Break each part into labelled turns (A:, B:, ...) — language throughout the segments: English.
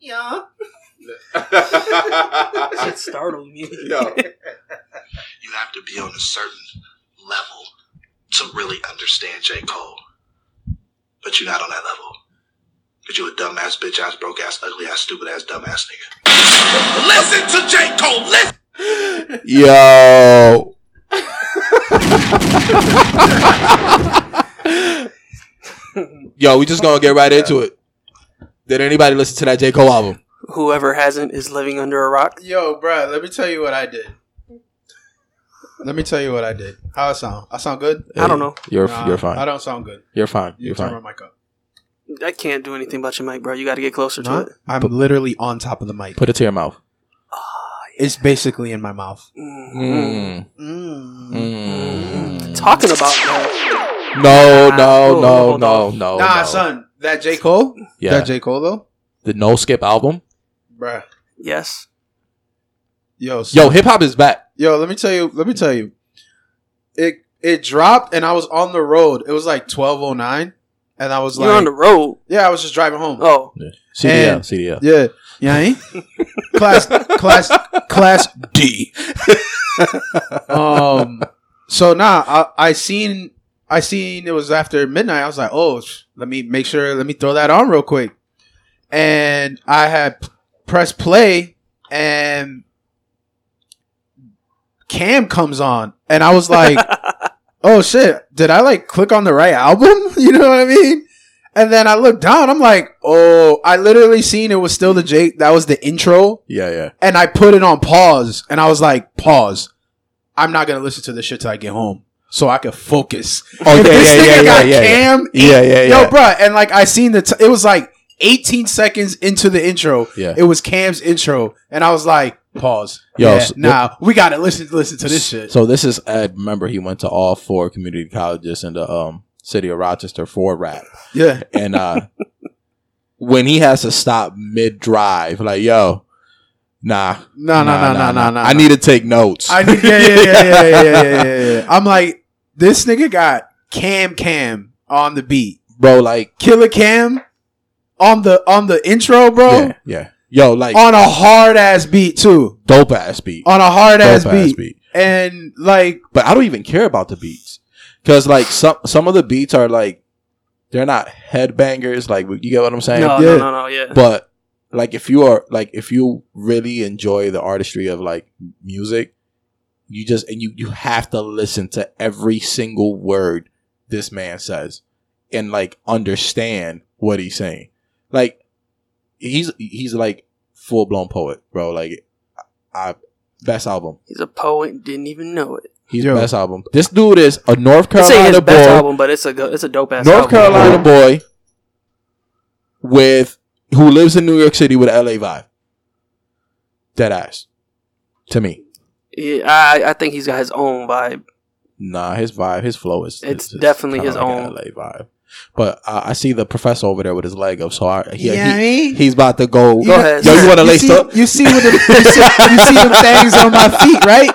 A: yeah.
B: Shit startled me.
C: Yo,
D: you have to be on a certain level to really understand J. Cole. But you're not on that level. Because you a dumbass, bitch ass, broke ass, ugly ass, stupid ass, dumbass nigga. Listen to J. Cole, listen!
C: yo. yo, we just gonna get right into it. Did anybody listen to that J. Cole album?
B: Whoever hasn't is living under a rock.
A: Yo, bruh, let me tell you what I did. Let me tell you what I did. How I sound? I sound good?
B: I don't know.
C: You're
A: Nah,
C: you're
A: I
C: fine.
A: don't sound good.
C: You're fine.
A: You
C: You're
A: turn
C: fine.
A: my mic up.
B: I can't do anything about your mic, bro. You got to get closer to
A: Huh?
B: it.
A: I'm literally on top of the mic.
C: Put it to your mouth.
A: It's basically in my mouth.
B: Mhm.
A: Mm.
C: Mm.
B: Talking about that,
C: No,
B: Hold
C: no, no,
B: on, hold
C: no,
B: on.
C: Oh, no.
A: nah,
C: no.
A: son, that J Cole,
C: Yeah,
A: that J Cole though,
C: the No Skip album.
A: bruh.
B: yes.
A: Yo, son.
C: Yo, hip hop is back.
A: Yo, let me tell you. Let me tell you. It it dropped, and I was on the road. It was like twelve oh nine, and I was
B: You're
A: like,
B: on the road.
A: yeah, I was just driving home.
B: Oh,
C: CDL,
A: And-
C: CDL.
A: Yeah, yeah, eh? class, class, class
C: D.
A: um so nah I, I seen i seen it was after midnight i was like oh sh- let me make sure let me throw that on real quick and i had p- pressed play and cam comes on and i was like oh shit did i like click on the right album you know what i mean and then i looked down i'm like oh i literally seen it was still the jake that was the intro
C: Yeah, yeah.
A: and I put it on pause, and I was like, pause. I'm not gonna listen to this shit till I get home, so I can focus.
C: Oh
A: If
C: yeah,
A: this
C: yeah,
A: nigga
C: yeah, yeah,
A: got
C: yeah, yeah.
A: Cam,
C: Yeah, yeah,
A: yo,
C: yeah.
A: bruh, and like I seen the, t- it was like 18 seconds into the intro,
C: Yeah.
A: it was Cam's intro, and I was like, pause.
C: Yo,
A: yeah,
C: so-
A: nah, we gotta listen, listen to this shit.
C: So this is Ed. Remember, he went to all four community colleges in the um, city of Rochester for rap,
A: yeah,
C: and uh, when he has to stop mid drive, like yo, nah,
A: no, no, no, no, no, no.
C: I need to take notes.
A: I need, yeah, yeah, yeah, yeah, yeah, yeah, yeah, yeah, yeah. I'm like, this nigga got Cam Cam on the beat,
C: bro, like,
A: Killer Cam on the on the intro, bro.
C: yeah, yeah, yo, like,
A: on a hard ass beat too.
C: dope ass beat,
A: On a hard
C: dope
A: ass beat. And like
C: but I don't even care about the beats because like some some of the beats are like they're not headbangers. Like you get what I'm saying?
B: no,
A: yeah.
B: no, no, no, yeah.
C: But like if you are like if you really enjoy the artistry of like music, you just and you you have to listen to every single word this man says and like understand what he's saying. Like he's he's like full blown poet, bro. Like I best album.
B: He's a poet, didn't even know it.
C: He's
A: Yo.
C: best album. This dude is a North
B: It's ain't his
C: Carolina boy.
B: best album, but it's a go- it's a dope ass. album.
C: North Carolina boy with who lives in New York City with a LA vibe. Dead ass. To me.
B: Yeah, I I think he's got his own vibe.
C: Nah, his vibe, his flow is
B: It's
C: is- is
B: definitely
C: kinda
B: his
C: like a
B: own.
C: LA vibe. But uh, I see the professor over there with his leg up, so I,
A: Yeah,
C: he,
A: I
C: he,
A: mean-
C: he's about to go.
B: Go ahead.
C: Yo, you want to lace
A: see,
C: up?
A: You see what the you see, you see them things on my feet, right?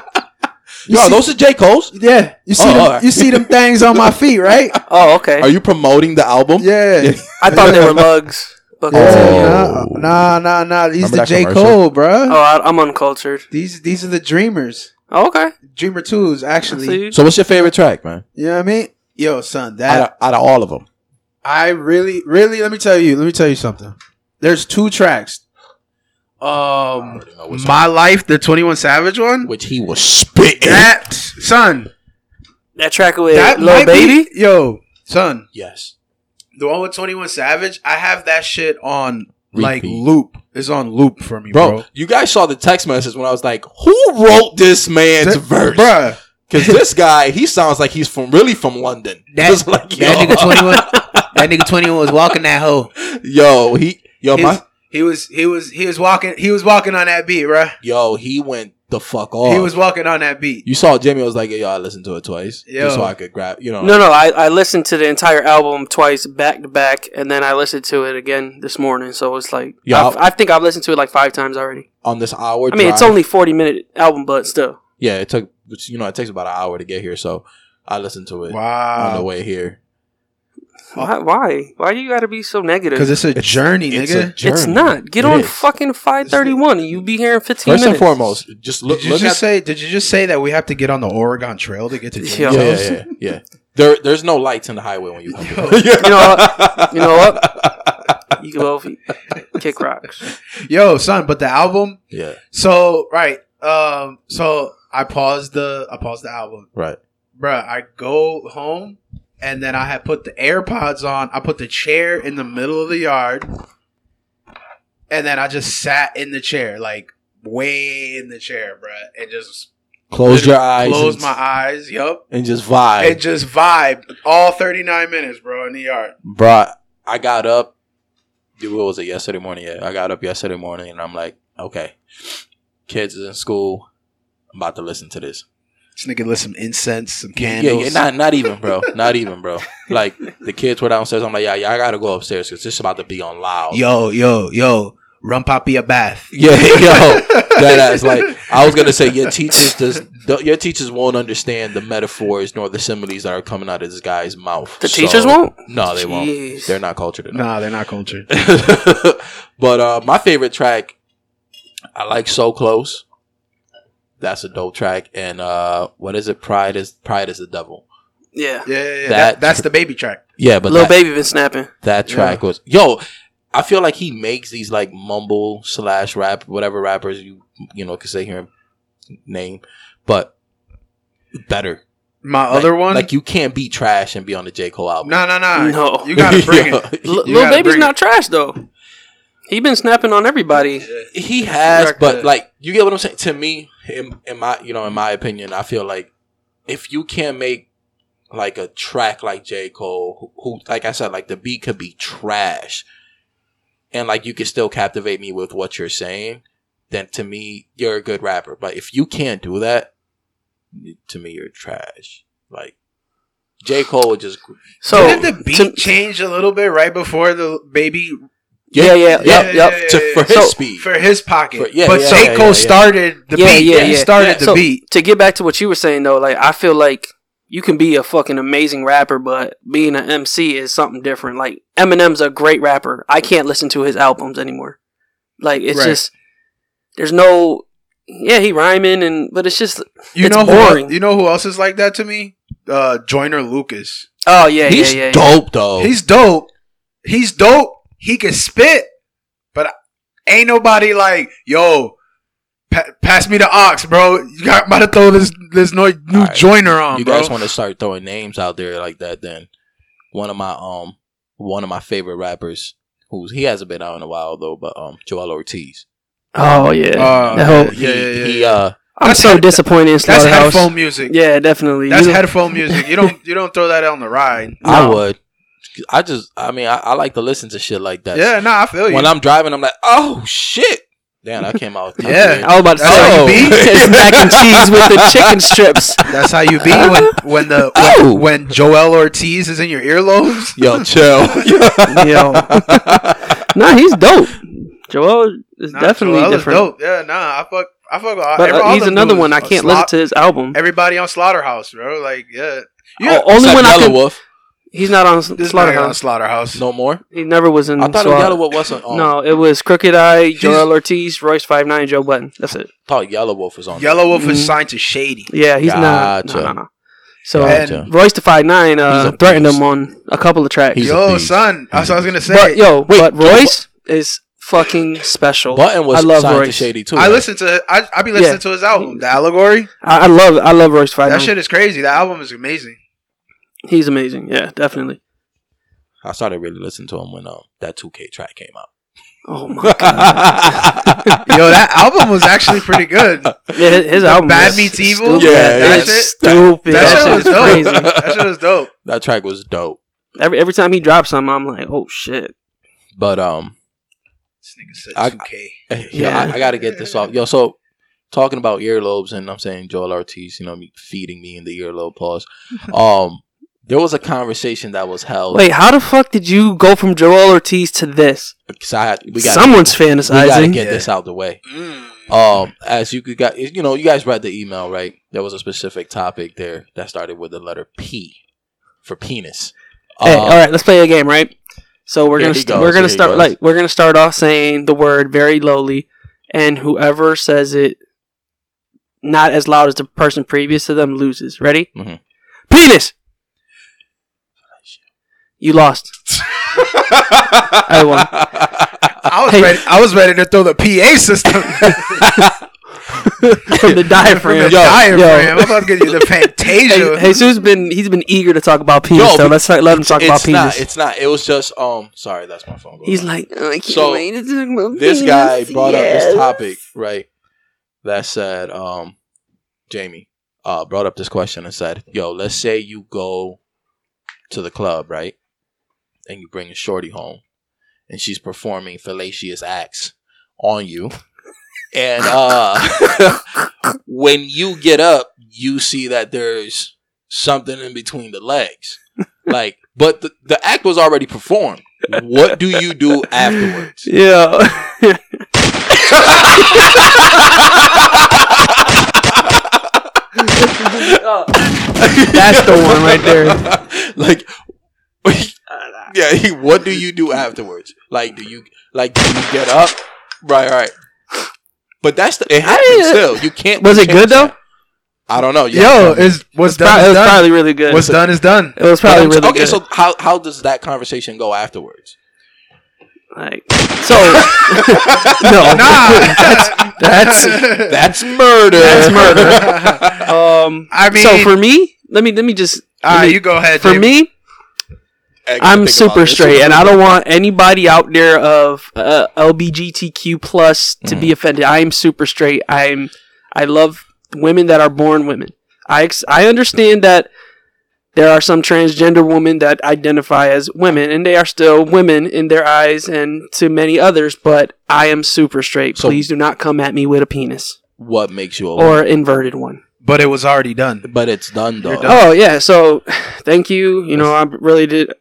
A: You
C: Yo,
A: see-
C: those are J. Cole's.
A: Yeah. You see
C: Oh,
A: them,
C: alright.
A: you see them things on my feet, right?
B: Oh, okay.
C: Are you promoting the album?
A: Yeah.
B: I thought they were lugs. But
C: Oh.
A: Yeah, nah, nah, nah, nah. These
C: Remember
A: the
C: that
A: J.
C: commercial?
A: Cole, bruh.
B: oh, I, I'm uncultured.
A: These these are the dreamers.
B: Oh, okay.
A: Dreamer twos, actually.
B: See?
C: So, what's your favorite track, man?
A: You know what I mean? Yo, son,
C: Out
A: that
C: of, out of all of them,
A: I really, really, let me tell you, let me tell you something. There's two tracks. Um
C: know which
A: My Life, the 21 Savage one.
C: which he was spitting.
A: That son,
B: that track with
A: that
B: Lil
A: might
B: Baby.
A: be, yo, son,
C: yes,
A: the one with Twenty One Savage. I have that shit on like
C: Repeat.
A: loop. It's on loop for me,
C: bro,
A: bro.
C: You guys saw the text message when I was like, "Who wrote this man's
A: That-
C: verse?"
A: bruh,
C: Because this guy, he sounds like he's from really from London. Just like, yo,
A: Twenty One, that nigga Twenty One was walking that hoe.
C: yo, he, yo,
A: His-
C: my,
A: he was, he was, he was walking, he was walking on that beat, bro.
C: yo, he went the fuck off.
A: He was walking on that beat.
C: you saw Jimmy was like, "Yo, I listened to it twice,
A: Yo.
C: just so I could grab." You know,
B: No, no, I, I listened to the entire album twice back to back, and then I listened to it again this morning. So it's like,
C: Yeah,
B: I've- I think I've listened to it like five times already.
C: on this hour.
B: I mean, it's
C: drive-
B: only forty minute album, but still,
C: yeah. It took, which, you know, it takes about an hour to get here, so I listened to it on the
A: Wow,
C: way here.
B: Why? Why, why you gotta be so negative?
A: Because it's a journey,
C: It's
A: nigga.
C: a journey.
B: It's not. Get
C: It
B: on
C: is.
B: fucking 531 and you be here in 15
C: First and
B: minutes.
C: foremost, just look.
A: did you
C: look
A: just
C: at,
A: say? Did you just say that we have to get on the Oregon Trail to get to?
B: Yeah.
A: Jim
C: yeah,
A: Jones?
C: yeah, yeah, yeah. There, there's no lights in the highway when you come.
A: Yo.
C: here.
B: You know what? You know what? You can both kick rocks.
A: Yo, son, but the album.
C: yeah,
A: So right. Um. So I paused the. I paused the album,
C: right.
A: bruh. I go home, and then I had put the AirPods on. I put the chair in the middle of the yard, and then I just sat in the chair, like way in the chair, bruh, and just
C: Close your eyes.
A: closed
C: and,
A: my eyes. Yup.
C: and just vibe.
A: and just vibe all 39 minutes, bro, in the yard.
C: Bruh, I got up. dude, What was it? Yesterday morning. Yeah, I got up yesterday morning, and I'm like, okay, kids is in school. I'm about to listen to this.
A: This nigga lit some incense, some
C: Yeah,
A: candles.
C: yeah, not not even, bro. not even, bro. Like the kids were downstairs. I'm like, yeah, yeah, I gotta go upstairs because this is about to be on loud.
A: yo, yo, yo, run poppy a bath.
C: Yeah, yo, that ass. Like I was gonna say, your teachers does th- your teachers won't understand the metaphors nor the similes that are coming out of this guy's mouth.
B: The
C: So-
B: teachers won't?
C: No, they won't.
B: Jeez.
C: They're not cultured enough.
A: Nah, they're not cultured.
C: but uh, my favorite track, I like "So Close." That's a dope track. And uh, what is it? Pride is Pride is the devil.
B: Yeah.
A: Yeah, yeah, yeah.
C: That-
A: That, that's the baby track.
C: Yeah, but
B: Little
C: that,
B: Baby been snapping.
C: that track was yo. I feel like he makes these like mumble slash rap whatever rappers you you know could say here name, but better.
A: My
C: Like-
A: other one?
C: like you can't be trash and be on the J Cole album.
A: nah, nah, nah.
B: No.
A: You gotta bring
C: Yeah.
A: it.
B: L-
A: You
B: Lil
A: gotta
B: Baby's
A: bring
B: not trash, though. He been snapping on everybody.
C: He has,
B: Record.
C: but like you get what I'm saying. To me, in, in my you know, in my opinion, I feel like if you can't make like a track like J Cole, who, who like I said, like the beat could be trash, and like you can still captivate me with what you're saying, then to me you're a good rapper. But if you can't do that, to me you're trash. Like J Cole would just
B: So,
A: Didn't the beat
B: to-
A: change a little bit right before the baby
B: yeah, yeah,
A: Yeah,
B: yep,
A: yeah,
B: yep.
A: yeah.
C: to, for his
B: So,
C: speed.
A: for his pocket?
C: For- yeah,
A: but
C: yeah,
A: J.
C: yeah,
A: Cole
C: yeah, yeah.
A: started the
B: Yeah,
A: beat.
B: yeah,
A: Yeah, he
B: yeah.
A: started
B: Yeah.
A: the
B: So-
A: beat.
B: To get back to what you were saying, though, like, I feel like you can be a fucking amazing rapper, but being an MC is something different. Like, Eminem's a great rapper. I can't listen to his albums anymore. Like, it's
A: Right.
B: just, there's no, yeah, he rhyming, and, but it's just,
A: You
B: It's
A: know,
B: boring.
A: who, you know who else is like that to me? Uh, Joyner Lucas.
B: oh, yeah, yeah,
C: He's
B: yeah, yeah.
C: dope though.
A: He's dope. He's dope. He can spit, but ain't nobody like yo. Pa- pass me the ox, bro. You got about to throw this this no- new
C: All right.
A: joiner on,
C: you
A: Um, bro.
C: guys want to start throwing names out there like that then one of my um one of my favorite rappers who's he hasn't been out in a while though but um joel ortiz
B: Oh, yeah.
A: Uh,
B: I hope-
A: yeah, yeah, yeah.
C: he
A: yeah.
C: uh
B: I'm
A: That's
B: so
A: head-
B: disappointed in
A: That's
B: Slaughterhouse.
A: headphone music.
B: Yeah, definitely.
A: That's
B: You-
A: headphone music. You don't you don't throw that on the ride.
C: i
B: No.
C: would i just i mean I, I like to listen to shit like that
A: Yeah, nah, I feel you.
C: when i'm driving i'm like oh shit damn that came out
A: Yeah.
B: I was about to
A: That's
B: say
A: how you be?
B: it's mac and cheese with the chicken strips.
A: That's how you be when when the when,
C: Oh.
A: when Joel Ortiz is in your earlobes.
C: yo chill
B: Yo, nah, he's dope. Joel is
A: Nah,
B: definitely
A: Joel is
B: different.
A: dope. Yeah, nah, I fuck, I fuck. all-
B: But uh,
A: all
B: he's
A: them
B: another
A: dudes.
B: one I
A: Uh,
B: can't
A: Slop-
B: listen to his album.
A: everybody on Slaughterhouse, bro. Like, yeah, yeah.
B: O- only
C: Except
B: when I
C: yellow
B: could,
C: wolf
B: he's not on
A: this nigga on
B: Slaughterhouse.
A: Slaughterhouse.
C: no more
B: He never was in.
C: i thought
B: Slaughter-
C: yellow Oh. wolf wasn't on um, no.
B: Mm, No, it was Crooked Eye,
A: He's-
B: Joel Ortiz, Royce Five Nine, Joe Button. That's it.
C: thought yellow wolf was on there.
A: Yellow Wolf
B: Mhm.
A: is signed to Shady.
B: Yeah, he's not. No,
C: Gotcha.
B: no, no. So
A: Yeah.
C: Gotcha.
B: Royce to Five Nine
C: He's
B: uh,
C: a
B: threatened
C: beast.
B: him on a couple of tracks.
C: He's a
A: yo,
C: beast.
A: son, that's what I was gonna say.
B: But yo,
C: Wait,
B: but Royce is fucking special.
C: button was
B: I love
C: signed to
B: Royce.
C: shady too
A: I
C: right?
A: listen to, I, I be listening
B: Yeah.
A: to his album, The Allegory.
B: I, I love I love Royce Five
A: That
B: Nine.
A: shit is crazy. That album is amazing.
B: He's amazing. Yeah, definitely.
C: i started really listening to him when um that 2k track came out
B: Oh my
C: yeah,
A: Yo, that album was actually pretty good.
B: Yeah, his, his
A: The
B: album.
A: Bad
B: is
A: Meets Evil?
B: Stupid.
C: Yeah,
B: that
A: that shit-
B: is stupid.
A: That shit was
B: is
A: dope.
B: crazy.
A: That shit was dope.
C: that track was dope.
B: Every every time he drops something, I'm like, oh shit.
C: But um,
A: This nigga said
C: I-
A: 2K.
C: yeah, I, I got to get this off. Yo, so talking about earlobes, and I'm saying Joel Ortiz, you know, me feeding me in the earlobe pause. Um, there was a conversation that was held.
B: Wait, how the fuck did you go from Joel Ortiz to this?
C: 'cause I, we got
B: Someone's
C: we got to
B: fantasizing.
C: get this out the way.
A: Mm.
C: Um, as you could got, you know, you guys read the email, right? There was a specific topic there that started with the letter P for penis.
B: Hey,
C: Uh,
B: all right, let's play a game, right? So we're
C: Here
B: gonna
C: he
B: st-
C: goes,
B: we're
C: here
B: gonna
C: he
B: start
C: goes.
B: like we're gonna start off saying the word very lowly, and whoever says it not as loud as the person previous to them loses. Ready?
C: Mhm.
B: Penis. You lost. I won.
E: I was
B: Hey.
E: ready. I was ready to throw the PA system
B: From the
E: from
B: diaphragm.
E: the diaphragm. I'm about to give you the Fantasia.
B: Hey, Jesus been he's been eager to talk about penis.
C: Yo,
B: so
C: but
B: let's let let him talk about
C: it's not.
B: penis.
C: It's not. It was just. Um. Sorry, that's my phone.
B: he's like, "Oh, I can't
C: So,
B: wait to talk about
C: this guy
B: penis,
C: brought up
B: yes."
C: this topic, right? That said, um, Jamie uh, brought up this question and said, "Yo, let's say you go to the club, right, and you bring a shorty home, and she's performing fallacious acts on you, and uh, when you get up, you see that there's something in between the legs, like." But the, the act was already performed. What do you do afterwards?
B: Yeah.
C: That's
B: the one right there.
C: like, yeah. he- What do you do afterwards? Like, do you like do you get up? Right, right. But that's the, it happens
B: didn't-
C: still. You can't.
B: was it
C: change
B: good though?
C: that. I don't know.
E: Yo, is what's
B: Pro-
E: done
B: it
E: is
B: was
E: done.
B: probably really good.
E: What's done is done.
B: It was
C: But
B: probably
C: I'm-
B: really
C: okay.
B: good.
C: So how how does that conversation go afterwards?
B: like, so no,
E: Nah,
B: that's
C: That's murder.
B: That's
E: murder.
B: um.
E: I mean,
B: so for me, let me let me just
E: all
B: let
E: right,
B: me-
E: you go ahead.
B: for
E: Jamie.
B: me, I'm super straight, and I don't want anybody out there of uh, LBGTQ plus to
E: Mm.
B: be offended. I am super straight. I'm I love women that are born women. I ex- I understand that there are some transgender women that identify as women, and they are still women in their eyes and to many others. But I am super straight.
C: So-
B: Please do not come at me with a penis
C: What makes you a
E: Oh.
C: woman?
B: or inverted one.
E: but it was already done.
C: But it's done though.
E: You're done.
B: Oh yeah, so thank you. You know, I really did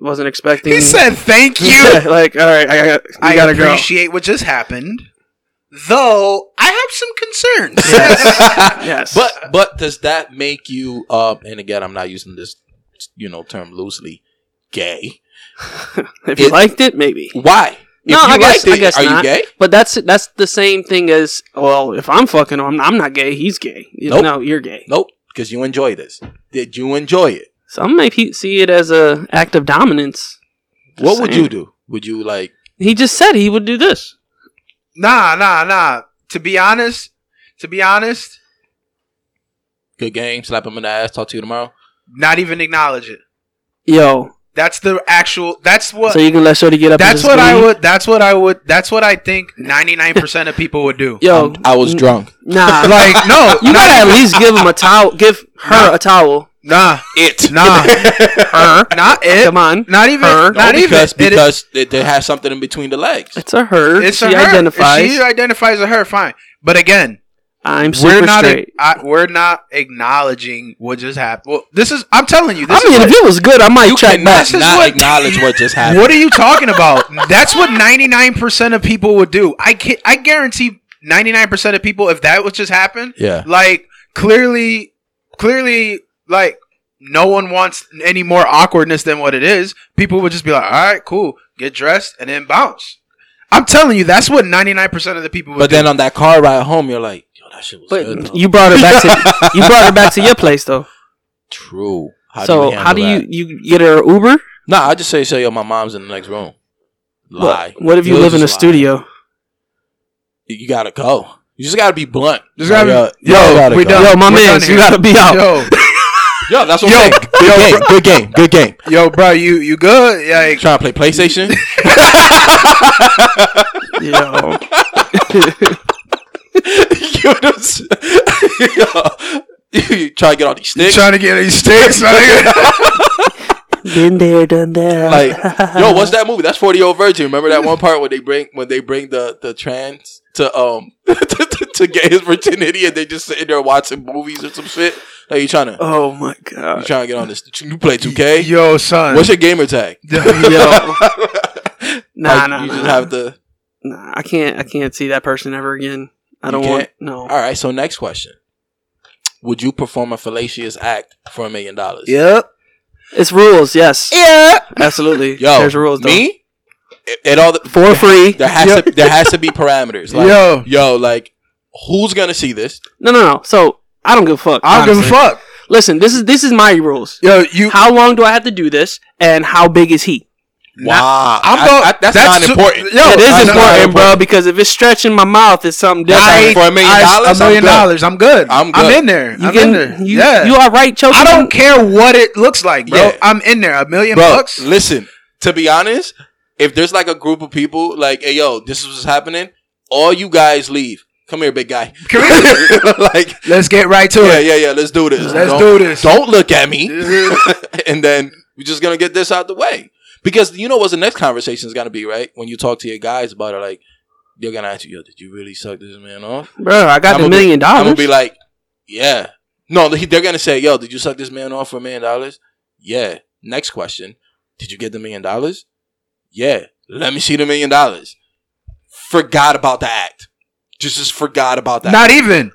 B: wasn't expecting.
E: He said, "Thank you.
B: Yeah, like, all right, I got, I
E: I
B: gotta go.
E: appreciate what just happened, though I have some concerns."
B: Yes,
C: But but does that make you? Uh, and again, I'm not using this, you know, term loosely. Gay?
B: if you
C: it-
B: liked it, maybe.
C: Why?
B: No, I guess- I guess
C: are
B: not.
C: you gay?
B: But that's that's the same thing as well. If I'm fucking him, I'm not gay. He's gay. You-
C: Nope.
B: No, you're gay.
C: Nope, because you enjoy this. Did you enjoy it?
B: Some may pe- see it as a act of dominance. Just
C: what would
B: saying.
C: you do? Would you like?
B: He just said he would do this.
E: nah, nah, nah. To be honest, to be honest,
C: Good game. Slap him in the ass. Talk to you tomorrow.
E: not even acknowledge it.
B: Yo,
E: That's the actual. That's what.
B: so you can let Shorty get up. and
E: that's
B: just
E: what I
B: leave?
E: would. That's what I would. That's what I think. Ninety nine percent of people would do. Um,
B: Yo,
C: I was
B: n-
C: drunk.
B: Nah,
E: Like no,
B: you
E: nah,
B: gotta at least give him a towel. Give her a towel.
E: nah,
C: It
E: nah, her, not Uh-huh. it,
B: Come on,
E: not even,
B: Her.
E: not
C: no, because
E: even. It-
C: because they, they have something in between the legs.
B: it's a her.
E: it's
B: she
E: a her. If
B: identifies.
E: She identifies as her. Fine, but again,
B: I'm
E: we're
B: super
E: not.
B: straight.
E: I, we're not acknowledging what just happened. Well, this is. I'm telling you. This
B: I mean,
E: is
B: if it was good, I might
C: you
B: check back.
C: cannot
E: is
C: not
E: what-
C: acknowledge what just
E: what,
C: happened.
E: what are you talking about? That's what 99 percent of people would do. I can, I guarantee 99 percent of people, if that was just happened,
C: Yeah.
E: like clearly clearly like no one wants any more awkwardness than what it is people would just be like all right cool get dressed and then bounce i'm telling you that's what 99% of the people would
C: But
E: do.
C: then on that car ride home, you're like, yo, that shit was good.
B: But
C: though.
B: you brought her back to you brought her back to your place though.
C: True.
B: so
C: handle
B: how do
C: that?
B: you you get her Uber?
C: Nah, I just say, say, yo, my mom's in the next room. Lie.
B: What, what if you
C: You'll
B: live in a
C: just lie.
B: studio?
C: You gotta go. You just gotta be blunt.
E: Just gotta
C: Like,
E: be- yo,
C: oh, gotta
E: we
C: go.
E: done.
B: Yo, my
E: we're
B: man,
E: done
B: you
E: here.
B: gotta be out.
E: yo
C: Yo, that's what
E: Yo,
C: I'm saying. Good game. Good game. Good game.
E: yo bro you you good like
C: Trying to play PlayStation?
B: Yo.
C: you just, yo, you try to get all these
E: you
C: sticks.
E: trying to get these sticks my nigga?
B: Been there, done that.
C: like, yo, what's that movie? That's Forty Year Old Virgin. Remember that one part where they bring when they bring the the trans to um to, to, to get his virginity and they just sitting there watching movies or some shit. Like you trying to
B: Oh my
C: you
B: god.
C: trying to get on this? You play two K?
E: yo son
C: What's your gamer tag?
B: Yo. Nah,
C: Like,
B: nah, nah.
C: You just have to.
B: nah, I can't I can't see that person ever again. I
C: You
B: don't want
C: can't?
B: no.
C: All right. So next question: Would you perform a fallacious act for a million dollars?
E: yep
B: It's rules, yes.
C: Yeah.
B: Absolutely.
C: Yo,
B: There's rules, though.
C: me? It, it all the,
B: For free.
C: there has
E: Yo.
C: to there has to be parameters. Like, yo,
E: Yo,
C: like who's gonna see this?
B: No, no, no. So, I don't give a fuck.
E: I don't give a
B: honestly.
E: fuck.
B: Listen, this is this is my rules.
E: Yo, you.
B: How long do I have to do this, and how big is he?
C: Wow,
E: I'm
C: I-
E: going-
C: I- that's,
E: that's
C: not
E: too-
C: important.
E: yo,
B: it
E: I
B: is
E: know.
B: important, bro, because if it's stretching my mouth, it's something
C: I-
B: different.
C: for a million
E: I-
C: dollars,
E: a
C: I'm
E: million
C: good.
E: dollars, I'm good.
C: I'm
E: I'm
C: good.
E: in there.
B: You
E: I'm
B: can,
E: in there.
B: You,
E: yeah.
B: you are right, choking.
E: I
B: on-
E: don't care what it looks like, bro.
C: Yeah.
E: I'm in there. A million
C: Bro,
E: bucks.
C: listen. To be honest, if there's like a group of people, like, hey, yo, this is what's happening. All you guys leave. Come here, big guy.
E: Come
C: like,
E: Let's get right to
C: yeah,
E: it.
C: yeah, yeah. Let's do this.
E: Let's
C: Don't-
E: do this.
C: Don't look at me. and then we're just gonna get this out the way because you know what the next conversation is gonna be, right? When you talk to your guys about it, like they're gonna ask you, "Yo, did you really suck this man off?"
B: bro. I got
C: I'm
B: the
C: gonna be-
B: million
C: I'm gonna
B: dollars.
C: be like, "Yeah." No, they- they're gonna say, "Yo, did you suck this man off for a million dollars?" Yeah. Next question: Did you get the million dollars? Yeah. Let me see the million dollars. Forgot about the act. Just just forgot about that.
E: Not even.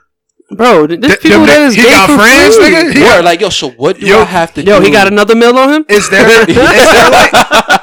B: bro, th- there's
E: Th-
B: people
E: them-
B: that is
E: he
B: gay
E: got
B: for
E: friends,
B: free.
E: nigga?
C: Word, like yo, so what do
E: Yo-
C: I have to
B: Yo,
C: do?
B: he got another mill on him.
E: Is there? is there like?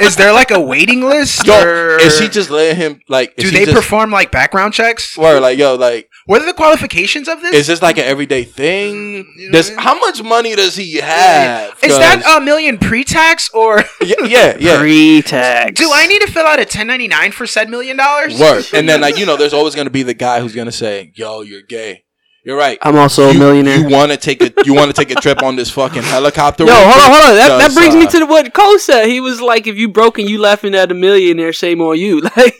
E: Is there like a waiting list?
C: Yo,
E: or
C: is he just letting him like?
E: Do
C: is
E: they
C: he just,
E: perform like background checks?
C: Word, like yo, like
E: What are the qualifications of this?
C: is this like an everyday thing?
E: You know
C: Does
E: what I mean?
C: how much money does he have?
E: Is that
C: 'Cause-
E: a million pre-tax or
C: yeah, yeah, yeah.
B: Pre-tax.
E: do I need to fill out a 1099 for said million dollars?
C: Word, and then like you know, there's always gonna be the guy who's gonna say, "Yo, you're gay." You're right.
B: I'm also a
C: you,
B: millionaire.
C: You want to take a you want to take a trip on this fucking helicopter?
B: Yo,
C: real
B: hold on,
C: quick?
B: hold on. That, that
C: Because,
B: brings me
C: uh,
B: to the, what Cole said. He was like, "If you broke and you laughing at a millionaire, shame on you." Like,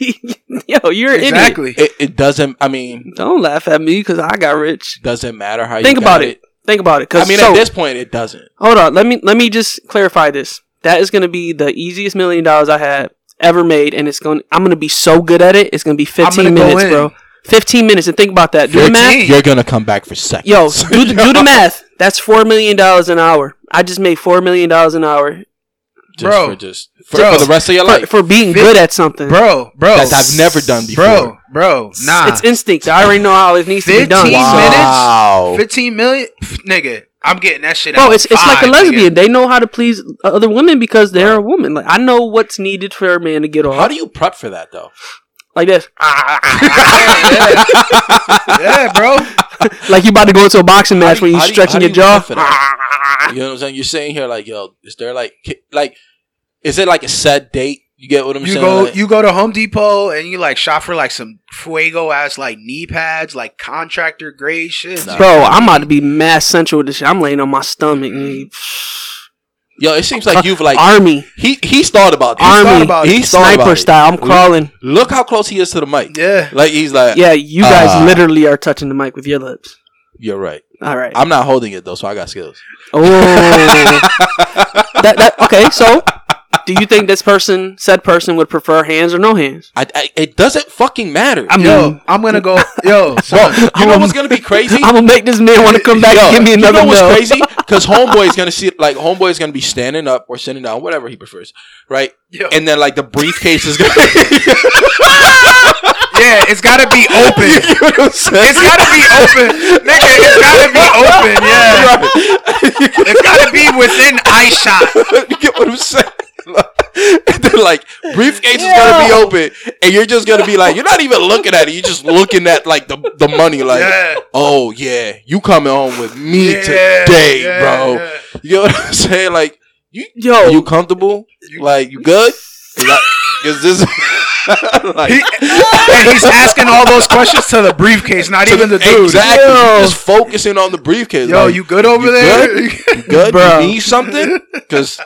B: yo, you're an idiot.
E: Exactly.
C: It, it doesn't. I mean,
B: Don't laugh at me because I got rich.
C: doesn't matter how.
B: Think
C: you got
B: about it. Think about it.
C: I
B: Because
C: mean,
B: so,
C: at this point, it doesn't.
B: hold on. Let me let me just clarify this. That is going to be the easiest million dollars I had ever made, and it's going. I'm going to be so good at it. It's going to be
E: I'm
B: 15
E: gonna go
B: minutes,
E: in.
B: bro. 15 minutes, and think about that. Do the
C: 15?
B: math.
C: You're gonna come back for seconds.
B: Yo, do, the-
E: Oh.
B: do the math. That's four million dollars an hour. I just made four million dollars an hour
C: Just
E: Bro.
C: for just for,
E: Bro.
C: for the rest of your
B: for,
C: life.
B: for being good at something.
E: Bro, bro.
C: That I've never done before.
E: Bro, bro. Nah.
B: It's instinct. I already know how it needs to be done.
E: 15
B: Wow.
E: minutes?
C: Wow.
E: 15 million Pff, nigga. I'm getting that shit out.
B: Bro, it's, it's like a
E: five,
B: lesbian.
E: nigga.
B: They know how to please other women because they're a woman. Like I know what's needed for a man to get
C: How
B: off.
C: do you prep for that though?
B: Like this.
E: Yeah, bro.
B: Like you about to go into a boxing
C: How
B: match
C: do
B: when
C: you-
B: you
C: how do you-
B: stretching
C: how
B: your
C: do you
B: jaw.
C: prep for that? You know what I'm saying? You're sitting here like, yo, is there like, ki- like, is it like a set date? You get what I'm
E: You
C: saying?
E: go
C: Like,
E: you go to Home Depot and you like shop for like some fuego ass like knee pads, like contractor grade shit.
C: Nah.
B: Bro, I'm about to be mass central with this shit. I'm laying on my stomach. nigga.
C: yo, it seems like you've like
B: Army,
C: he he's thought about this.
E: thought
B: army,
E: about it.
C: He's thought about
B: sniper
C: it.
B: style. I'm crawling.
C: Look how close he is to the mic.
E: Yeah.
C: Like he's like,
B: Yeah, you guys
C: Uh,
B: literally are touching the mic with your lips.
C: you're right.
B: All right.
C: I'm not holding it though, so I got skills.
B: Oh, that, that, okay. So, do you think this person, said person, would prefer hands or no hands?
C: I, I it doesn't fucking matter.
B: I'm-
E: Yo, I'm gonna go yo, son.
C: you know
B: I'm-
C: what's gonna be crazy?
B: I'm gonna make this man want to come back
C: Yo,
B: and give me another
C: You know what's
B: no.
C: crazy? Because homeboy is gonna see like homeboy is gonna be standing up or sitting down, whatever he prefers, right?
E: Yo.
C: And then like the briefcase is gonna.
E: Yeah, it's gotta be open.
C: You know what I'm saying?
E: It's gotta be open, nigga. It's gotta be open. Yeah, it's gotta be within eye shot.
C: you get what I'm saying? and then like briefcase is gonna be open, and you're just gonna be like, you're not even looking at it. You're just looking at like the the money, like,
E: Yeah.
C: oh yeah, you coming home with me
E: Yeah,
C: today,
E: yeah,
C: bro.
E: yeah.
C: You know what I'm saying? Like, you
B: Yo,
C: Are you comfortable? like you good? Is, that, is this like
E: And he's asking all those questions to the briefcase, not even the dude.
C: exactly?
B: Yo.
C: Just focusing on the briefcase.
E: Yo,
C: like,
E: you good over
C: you
E: there?
C: Good? You good?
B: Bro.
C: You need something? Because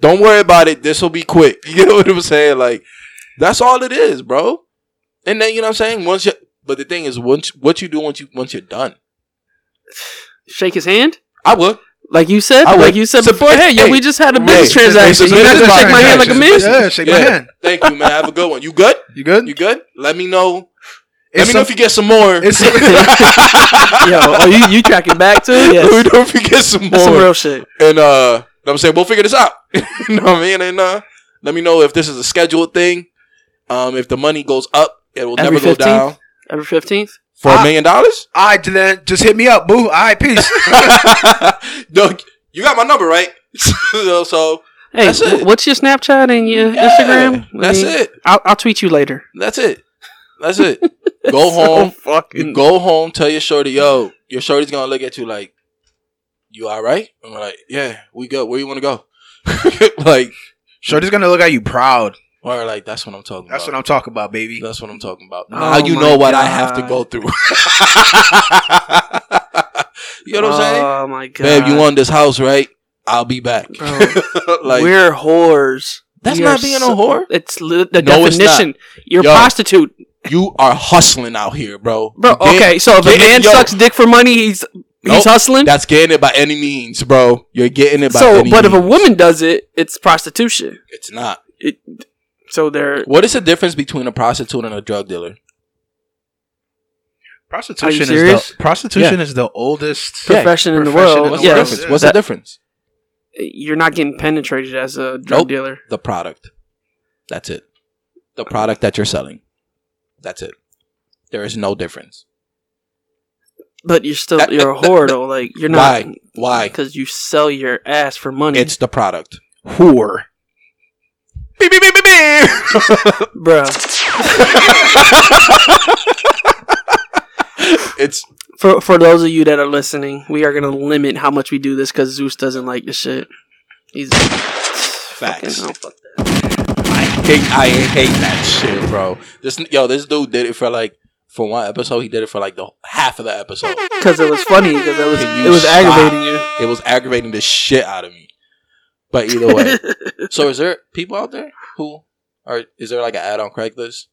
C: don't worry about it. This will be quick. You know what I'm saying? Like that's all it is, bro. And then you know what I'm saying. Once you, but the thing is, once what you do once you once you're done,
B: shake his hand.
C: I would.
B: Like you said,
C: I would.
B: like you said
C: So,
B: before. Hey, yeah,
C: hey,
B: we just had a
C: hey,
B: business
C: it's a
B: transaction.
C: business
B: You not gonna shake my hand like a man.
C: transaction.
E: Yeah, shake my
C: Yeah.
E: hand.
C: Thank you, man. Have a good one. You good?
E: You good?
C: You good? Let me know. Let
E: It's
C: me know
E: some-
C: if you get some more.
E: it's some-
B: Yo, oh, you you tracking back too?
C: Let
B: Yes,
C: me know if you get some
B: that's some
C: more.
B: real shit.
C: And uh, I'm saying we'll figure this out. you know what I mean? And uh, let me know if this is a scheduled thing. Um, if the money goes up, it will
B: Every
C: never go
B: 15th?
C: down.
B: Every fifteenth.
C: For a
E: Ah.
C: million dollars?
E: all right, then just hit me up, boo. All right, peace.
C: Doug, you got my number, right? so, so
B: Hey,
C: That's it.
B: wh- what's your Snapchat and your
C: yeah,
B: Instagram? I
C: That's
B: mean,
C: it.
B: I'll, I'll tweet you later.
C: That's it. That's it. Go home. You go home, tell your shorty, yo, your shorty's gonna look at you like, you all right? I'm like, yeah, we good. Where you wanna go? like,
A: Shorty's gonna look at you proud.
C: or like, that's what I'm talking
A: That's what
C: about.
A: I'm talking about, baby.
C: that's what I'm talking about.
B: Oh
C: now you
B: my
C: know what I have to
B: God.
C: go through. you know what I'm saying?
B: Oh my god,
C: Babe, you want this house, right? I'll be back.
B: Bro.
C: like,
B: We're whores.
C: that's
B: We
C: not
B: are
C: being
B: so-
C: a whore.
B: It's li- the
C: No, it's not.
B: definition. You're
C: Yo.
B: a prostitute,
C: You are hustling out here, bro.
B: bro.
C: You did-
B: okay, so if a
C: get-
B: man
C: yo.
B: sucks dick for money, he's
C: Nope.
B: he's hustling.
C: That's getting it by any means, bro. You're getting it by
B: So,
C: any
B: but if
C: means.
B: a woman does it, it's prostitution.
C: It's not.
B: So they're
C: What is the difference between a prostitute and a drug dealer?
A: Prostitution is
B: serious?
A: the prostitution is the oldest.
B: profession in the
A: profession
B: world.
A: in
C: What's
A: Yeah.
C: the
B: Yes,
C: difference? What's
B: That-
C: the difference?
B: you're not getting penetrated as a drug
C: Nope.
B: dealer.
C: The product. That's it. The product that you're selling. That's it. There is no difference.
B: But you're still
C: That-
B: you're a
C: that- that-
B: whore though. Like you're not
C: Why? Why?
B: because you sell your ass for money,
C: It's the product.
A: Whore. Beep, beep, beep, beep, beep.
B: bro.
C: It's
B: For for those of you that are listening, we are gonna limit how much we do this because Zeus doesn't like this shit. He's fucking-
C: facts.
B: no, fuck that.
C: Hate, I hate that shit, bro. This yo, this dude did it for like for one episode. He did it for like the half of the episode.
B: because it was funny because it was
C: Can you
B: it was
C: stop?
B: aggravating you.
C: It was aggravating the shit out of me. But either way, So is there people out there who are is there like an ad on Craigslist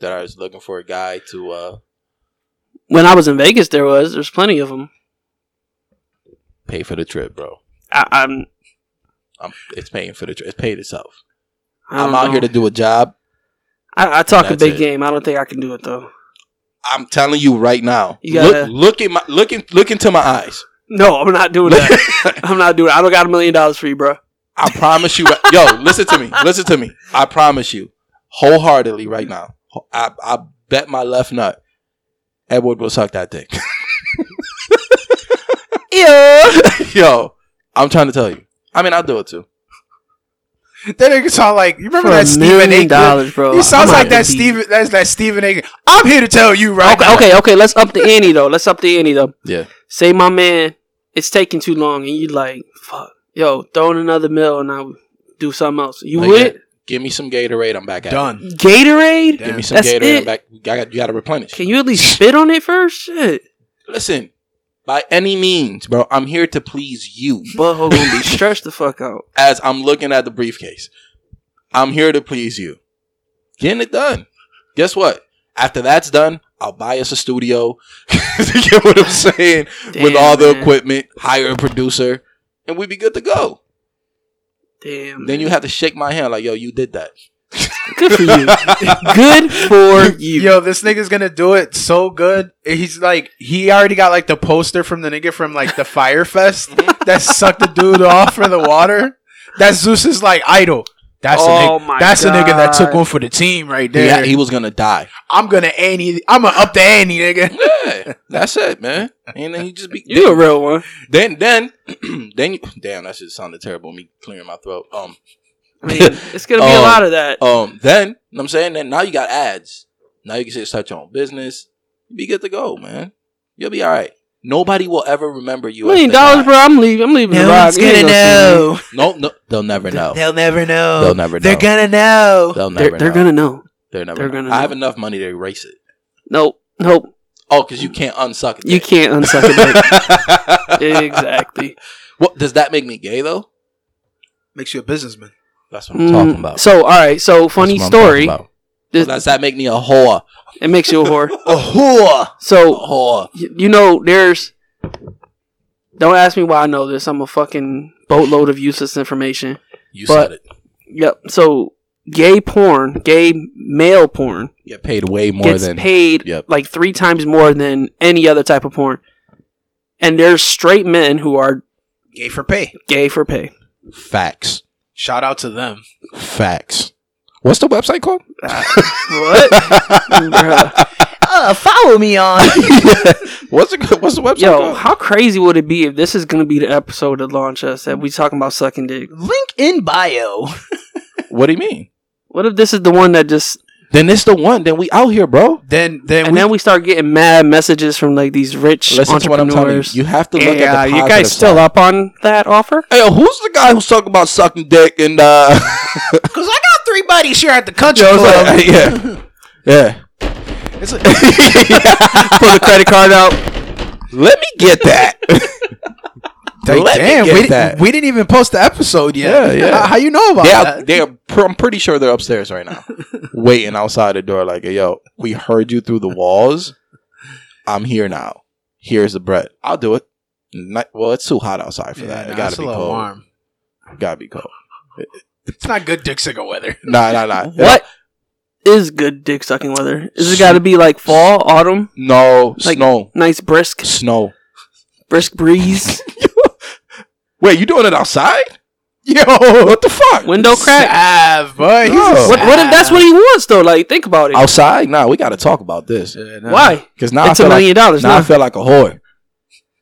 C: that are just looking for a guy to uh
B: when I was in Vegas, there was there's plenty of them.
C: pay for the trip, bro?
B: I, I'm
C: I'm, it's paying for the trip. It's paid itself.
B: I
C: I'm
B: don't
C: out
B: know.
C: here to do a job.
B: I, I talk a
C: That's
B: big
C: it.
B: game. I don't think I can do it though.
C: I'm telling you right now.
B: You gotta-
C: look, look at my look in, look into my eyes.
B: No, I'm not doing that. I'm not doing. it. I don't got a million dollars for you, bro.
C: I promise you. Yo, listen to me. Listen to me. I promise you, wholeheartedly right now. I I bet my left nut. Edward will suck that dick.
B: Yeah.
C: Yo, I'm trying to tell you. I mean, I'll do it too.
A: That nigga sound like you remember
B: For a
A: that Stephen
B: million
A: A. Dollars,
B: dollars, bro.
A: he sounds
B: I'm
A: like
B: not
A: that
B: gonna be-
A: Stephen. That's that Stephen A. I'm here to tell you right.
B: Okay, okay, okay. Let's up the ante though. Let's up the ante though.
C: Yeah.
B: Say, my man, it's taking too long, and you like, fuck, yo, throw in another mill, and I do something else. You
C: Like
B: would
C: Give me some Gatorade. I'm back at it.
A: Done.
B: Gatorade?
A: Damn.
C: Give me some
B: That's
C: Gatorade. I'm
B: it.
C: back. You gotta, you gotta replenish.
B: Can you at least spit on it first? Shit,
C: Listen, by any means, bro. I'm here to please you.
B: butthole gonna be stretched the fuck out.
C: As I'm looking at the briefcase, I'm here to please you. Getting it done. Guess what? After that's done, I'll buy us a studio. you get what I'm saying? With
B: Damn,
C: all the
B: man.
C: equipment, hire a producer, and we'd be good to go.
B: Damn.
C: Then you have to shake my hand like, yo, you did that.
B: good for you. Good for you.
A: Yo, this nigga's gonna do it so good. He's like, he already got like the poster from the nigga from like the Fire Fest
B: Mhm.
A: that sucked the dude off for the water. That Zeus is like idol. That's
B: Oh
A: a nigga.
B: my
A: That's a nigga that took
B: God.
A: one for the team right there.
C: Yeah, he was gonna die.
A: I'm gonna Annie. I'm gonna up the Annie, nigga.
C: Yeah, that's it, man. And then you just be
B: You a real one.
C: Then, then, then you. Damn, that shit sounded terrible. Me clearing my throat. Um,
B: I mean, it's gonna be
C: Oh.
B: a lot of that.
C: um. Then you know what I'm saying. Then now you got ads. Now you can say start your own business. You be good to go, man. You'll be all right. Nobody will ever remember you. as
B: Million
C: the
B: dollars,
C: guy.
B: bro. I'm leaving. I'm leaving. the rock. You ain't gonna see me.
C: No, no, they'll never know.
A: They'll never know.
C: Oh. They'll never know.
A: gonna know.
C: They'll never.
B: They're, they're
C: know.
B: gonna know.
C: They're never.
B: they're
C: know.
B: gonna
C: I have
B: know.
C: enough money to erase it.
B: Nope. Nope.
C: Oh, because you can't unsuck it.
B: You can't unsuck it. exactly.
C: What does that make me gay though?
A: Makes you a businessman.
C: That's what I'm talking about.
B: So, all right. So, Mm, funny
C: That's what I'm
B: story.
C: talking about.
B: This-
C: Does that make me a whore?
B: it makes you a whore.
C: A whore. A
B: So,
C: whore.
B: y- you know, there's. Don't ask me why I know this. I'm a fucking boatload of useless information.
C: You
B: But-
C: said it.
B: Yep. So, gay porn, gay male porn,
C: You get paid way more
B: gets
C: than
B: paid
C: Yep.
B: like three times more than any other type of porn. And there's straight men who are
A: Gay for pay.
B: gay for pay.
C: facts.
A: Shout out to them.
C: Facts. What's the website called?
B: What? Bruh.
F: uh, follow me on.
C: what's the what's the website?
B: Yo,
C: called?
B: how crazy would it be if this is gonna be the episode to launch us that we talking about sucking dick?
F: Link in bio.
C: What do you mean?
B: What if this is the one that just
C: Then it's the one. Then we out here, bro.
A: Then then
B: and,
A: we
B: then we start getting mad messages from like these rich
C: Listen to what I'm telling you.
B: entrepreneurs?
C: You have to look
B: Yeah,
C: at the
B: you
C: positive
B: guys still
C: side.
B: up on that offer?
E: Hey, yo, who's the guy who's talking about sucking dick and uh?
A: Cause I got three buddies here at the country
C: I was
A: club.
C: like, yeah, yeah.
A: It's like,
B: Pull the credit card out.
C: Let me get that.
A: like,
C: Let me
A: damn,
C: get
A: we,
C: that.
A: didn't, we didn't even post the episode yet.
C: Yeah, yeah.
A: How, how you know about
C: they
A: that?
C: are, they are pr- I'm pretty sure they're upstairs right now, waiting outside the door. Like, yo, we heard you through the walls. I'm here now. Here's the bread. I'll do it. Not, well, it's too hot outside for that. It gotta
A: it's
C: be
A: a little
C: cold.
A: warm.
C: Gotta be cold.
A: It's not good dick singer weather.
C: Nah, nah, nah.
B: What is good dick sucking weather? Is it got to be like fall, autumn,
C: No
B: Like-
C: snow,
B: nice brisk,
C: snow.
B: brisk breeze,
C: Wait, you doing it outside? Yo, what the fuck?
B: window crack?
A: Sav, Ah, boy. He's
C: No.
A: a
B: What, what if that's what he wants though? Like think about it.
C: outside? Nah, we gotta talk about this.
A: sav. Yeah, nah.
B: Why?
C: Cause now
B: it's
C: I
B: a
C: feel
B: million
C: like
B: dollars.
C: now I
B: Nah.
C: feel like a whore.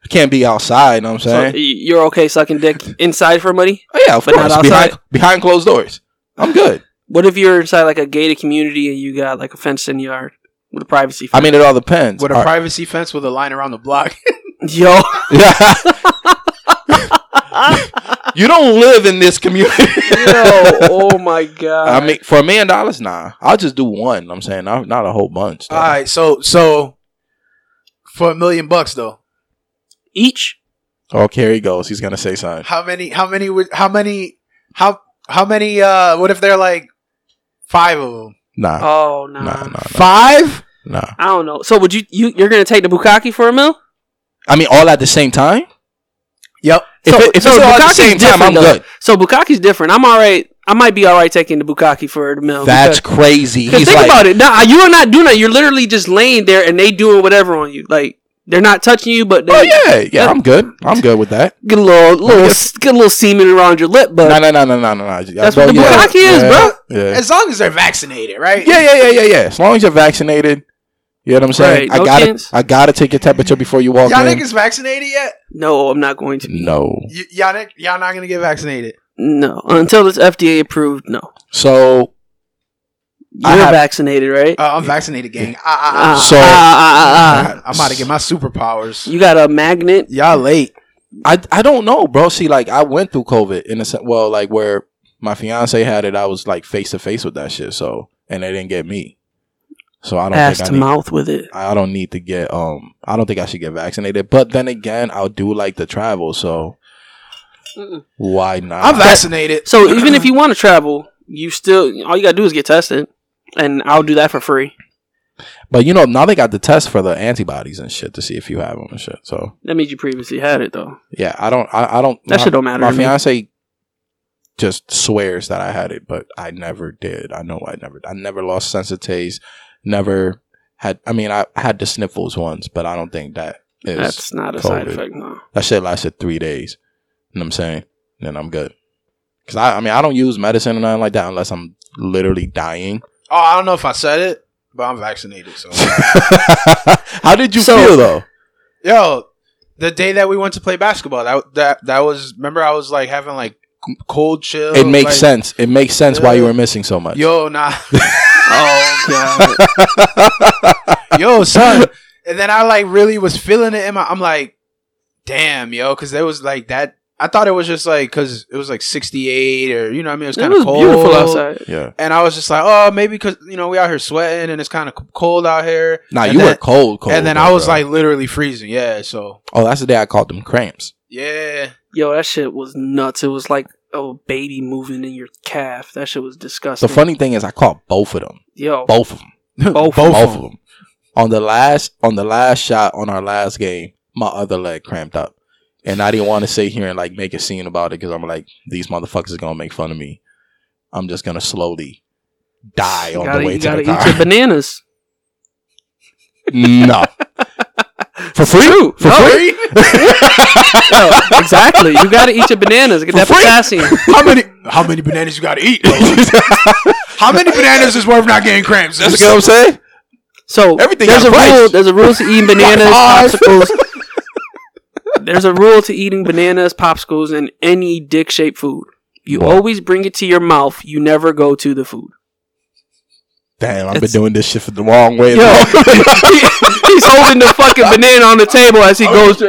C: I can't be outside. You know what I'm
B: So,
C: saying?
B: y- you're okay sucking dick inside for money.
C: Oh, yeah, of
B: But not
C: course.
B: outside?
C: Behind, behind closed doors. I'm good.
B: What if you're inside like a gated community and you got like a fenced in yard with a privacy?
C: I mean, it all depends.
A: With a
C: All right.
A: privacy fence with a line around the block.
B: Yo,
C: you don't live in this community.
B: yo, oh my god.
C: I mean, for a million dollars, nah. I'll just do one. I'm saying, not, not a whole bunch. though.
A: All right, so so for a million bucks though,
B: each.
C: Okay, Oh, here he goes. He's gonna say something.
A: how many? How many? would? How many? How how many? Uh, what if they're like five of them?
C: Nah,
B: Oh no.
C: nah, nah,
A: Five?
C: nah.
B: I don't know. So would you you you're gonna take the bukkake for a meal?
C: I mean, all at the same time.
A: Yep.
C: If,
B: So-
C: it, if
B: so
C: it's all at the
B: Bukkake's
C: same time,
B: different,
C: I'm
B: though.
C: good.
B: So bukkake's different. I'm all right. I might be all right taking the bukkake for the meal.
C: That's
B: because-
C: crazy.
B: Cause
C: He's
B: think
C: like,
B: about it. Nah, you are not doing that. You're literally just laying there and they doing whatever on you. Like they're not touching you, but they
C: oh yeah, yeah, I'm good. I'm good with that.
B: get a little little s- get a little semen around your lip, but
C: No, no, no, no, no, no, no.
B: That's what the Bukkake is, bro.
C: Yeah.
A: As long as they're vaccinated, right?
C: Yeah, yeah, yeah, yeah, yeah. As long as you're vaccinated, you know what I'm saying.
B: Right, no
C: I gotta,
B: kids.
C: I gotta take your temperature before you walk
A: Y'all
C: in.
A: niggas vaccinated yet?
B: no, I'm not going to.
C: No.
A: Y- y'all, ni- y'all not gonna get vaccinated.
B: No, until it's FDA approved. No,
C: So,
B: you're
C: I have-
B: vaccinated, right?
A: Uh, I'm vaccinated, gang.
B: Ah,
A: I,
C: So-
B: ah, ah,
A: Uh,
B: ah, ah.
A: I'm about to get my superpowers.
B: you got a magnet.
A: Y'all late.
C: I, I don't know, bro. See, like I went through COVID in a sen- well, like where my fiance had it, I was like face to face with that shit. So, and they didn't get me. So I don't
B: Ass
C: think I
B: to
C: need.
B: mouth with it.
C: I don't need to get. Um, I don't think I should get vaccinated. But then again, I'll do like the travel. So
B: Mm-mm.
C: why not?
A: I'm vaccinated.
B: So even if you want to travel, you still all you gotta do is get tested, and I'll do that for free.
C: But you know, now they got the test for the antibodies and shit to see if you have them and shit. So
B: That means you previously had it though.
C: yeah, I don't. I, I don't.
B: That
C: my,
B: shit don't matter
C: My
B: to me.
C: fiance just swears that I had it, but I never did. I know I never. I never lost sense of taste. Never had. I mean, I had the sniffles once, but I don't think that is
B: That's not a side
C: COVID.
B: effect. No.
C: that shit lasted three days. You know what I'm saying? Then I'm good. Cause I, I mean, I don't use medicine or nothing like that unless I'm literally dying.
A: Oh, I don't know if I said it, but I'm vaccinated. So,
C: How did you
B: So-
C: feel though?
A: yo, the day that we went to play basketball, that that that was. Remember, I was like having like c- cold chill.
C: It makes
A: like,
C: sense. It makes sense why you
A: Yeah.
C: were missing so much.
A: Yo, nah.
B: Oh god.
A: yo, son. And then I like really was feeling it in my. I'm like, damn, yo, because there was like that. I thought it was just like because it was like 68 or you know what I mean. It was
B: It
A: kind of
B: was
A: cold.
B: beautiful outside.
C: yeah.
A: And I was just like, oh, maybe because you know we out here sweating and it's kind of cold out here.
C: Nah,
A: And
C: you
A: then-
C: were cold, cold.
A: and then
C: though,
A: I was
C: bro.
A: like literally freezing. Yeah. So
C: oh, that's the day I caught them cramps.
A: yeah.
B: Yo, that shit was nuts. It was like a baby moving in your calf. That shit was
C: The
B: disgusting.
C: funny thing is, I caught both of them,
B: Yo,
C: both of them,
B: both.
C: both, of them. On the last, on the last shot on our last game, my other leg cramped up, and I didn't want to sit here and like make a scene about it because I'm like, these motherfuckers are gonna make fun of me. I'm just gonna slowly die
B: You
C: on
B: gotta,
C: the way
B: you
C: to
B: gotta
C: the
B: eat
C: car.
B: your bananas.
C: no, for free,
B: True.
C: for
B: No.
C: free.
B: Yo, exactly. You gotta eat your bananas. Get that
C: For free?
B: potassium.
A: How many? How many bananas you got to eat? how many bananas is worth not getting cramps?
C: You get what I'm saying?
B: So
E: Everything
B: there's
E: got
B: a
E: a price.
B: rule. There's a rule to eating bananas,
A: Five.
B: popsicles. there's a rule to eating bananas, popsicles, and any dick-shaped food. You always bring it to your mouth. You never go to the food.
C: Damn, I've been
B: It's-
C: doing this shit for the wrong way.
B: Yo, he- he's holding the fucking banana on the table as he
C: Oh,
B: goes.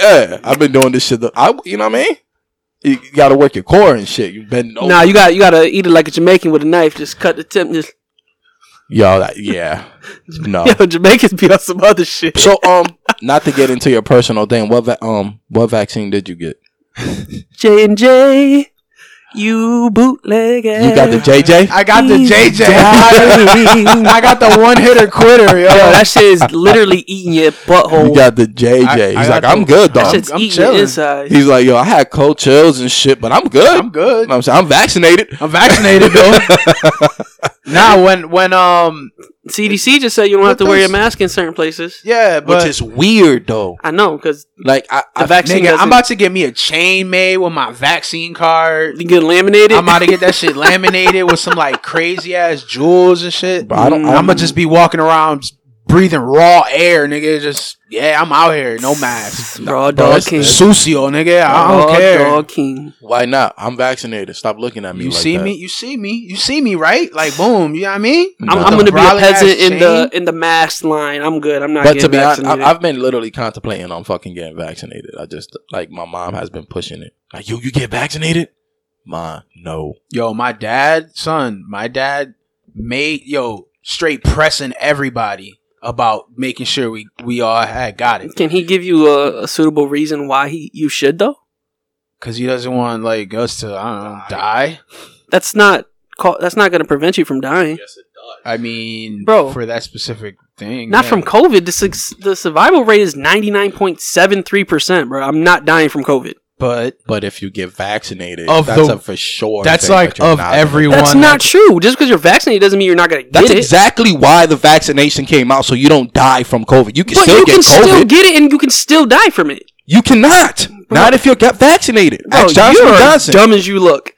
C: yeah, I've been doing this shit. The, I, you know what I mean? You, you got to work your core and shit. You bend over.
B: Nah, you got you gotta eat it like a Jamaican with a knife. Just cut the tip. Just
C: Yo, that, yeah, no.
B: yo, Jamaicans be on some other shit.
C: So, um, not to get into your personal thing, what va- um, what vaccine did you get?
B: J and J, you bootlegger.
C: You got the JJ.
A: I got the
B: He's
A: JJ.
B: dying.
A: I got the one hitter quitter, yo.
B: Yo, that shit is literally eating your butthole.
C: You got the JJ.
A: I- I
C: He's
A: got
C: like, I'm
A: the-
C: good,
B: that
C: dog.
B: shit's
A: I'm
B: eating
A: chilling.
B: your inside.
C: He's like, yo, I had cold chills and shit, but I'm good.
A: I'm good.
C: You know what I'm saying I'm vaccinated.
A: I'm vaccinated though. nah, when when um
B: CDC just said you don't have to
A: What
B: wear your
A: does-
B: mask in certain places.
A: yeah, but
C: Which is weird though.
B: I know because
C: Like I,
B: the
C: I
B: vaccine.
A: nigga, I'm
B: doesn't-
A: about to get me a chain made with my vaccine card.
B: you get laminated.
A: I'm about to get that shit laminated with some like crazy ass jewels and shit.
C: Bro, I don't-
A: I'm gonna just be walking around just breathing raw air, nigga. Just yeah, I'm out here, no mask.
B: raw
C: Bro,
B: dog
C: it's-
B: king.
A: Sucio, nigga. I don't
B: Raw
A: care.
B: dog king.
C: why not? I'm vaccinated. Stop looking at me.
A: You
C: like
A: see
C: that.
A: me? You see me? You see me? Right? Like boom. You know what I mean?
B: I'm,
C: With
B: I'm
C: the
B: gonna be a
A: brolic ass
B: peasant in the
A: chain?
B: in the mask line. I'm good. I'm not.
C: But
B: getting
C: to be honest,
B: vaccinated.
C: I, I've been literally contemplating on fucking getting vaccinated. I just like my mom has been pushing it. Like, yo, you get vaccinated? Ma, no.
A: Yo, my dad, son, my dad made yo straight pressing everybody about making sure we we all had got it
B: Can he give you a, a suitable reason why he you should though?
A: because he doesn't want like us to I don't know die.
B: That's not. Call, that's not going to prevent you from dying.
A: I mean,
B: Bro.
A: for that specific thing,
B: Not
A: yeah.
B: from COVID. The, su- the survival rate is ninety nine point seven three percent, bro. I'm not dying from COVID.
A: but
C: But if you get vaccinated,
A: Of
C: that's
A: the-
C: a for sure.
A: that's
C: thing
A: like
C: that you're
A: of
C: not-
A: everyone.
B: That's not true. Just because you're vaccinated doesn't mean you're not going to get
C: That's
B: it.
C: exactly why the vaccination came out, so you don't die from COVID. You can
B: but
C: still
B: you
C: get
B: can
C: COVID.
B: still get it, and you can still die from it.
C: you cannot. Not if you got vaccinated.
B: Bro,
A: Oh,
C: Ask Johnson
B: you're
C: Johnson.
B: dumb as you look.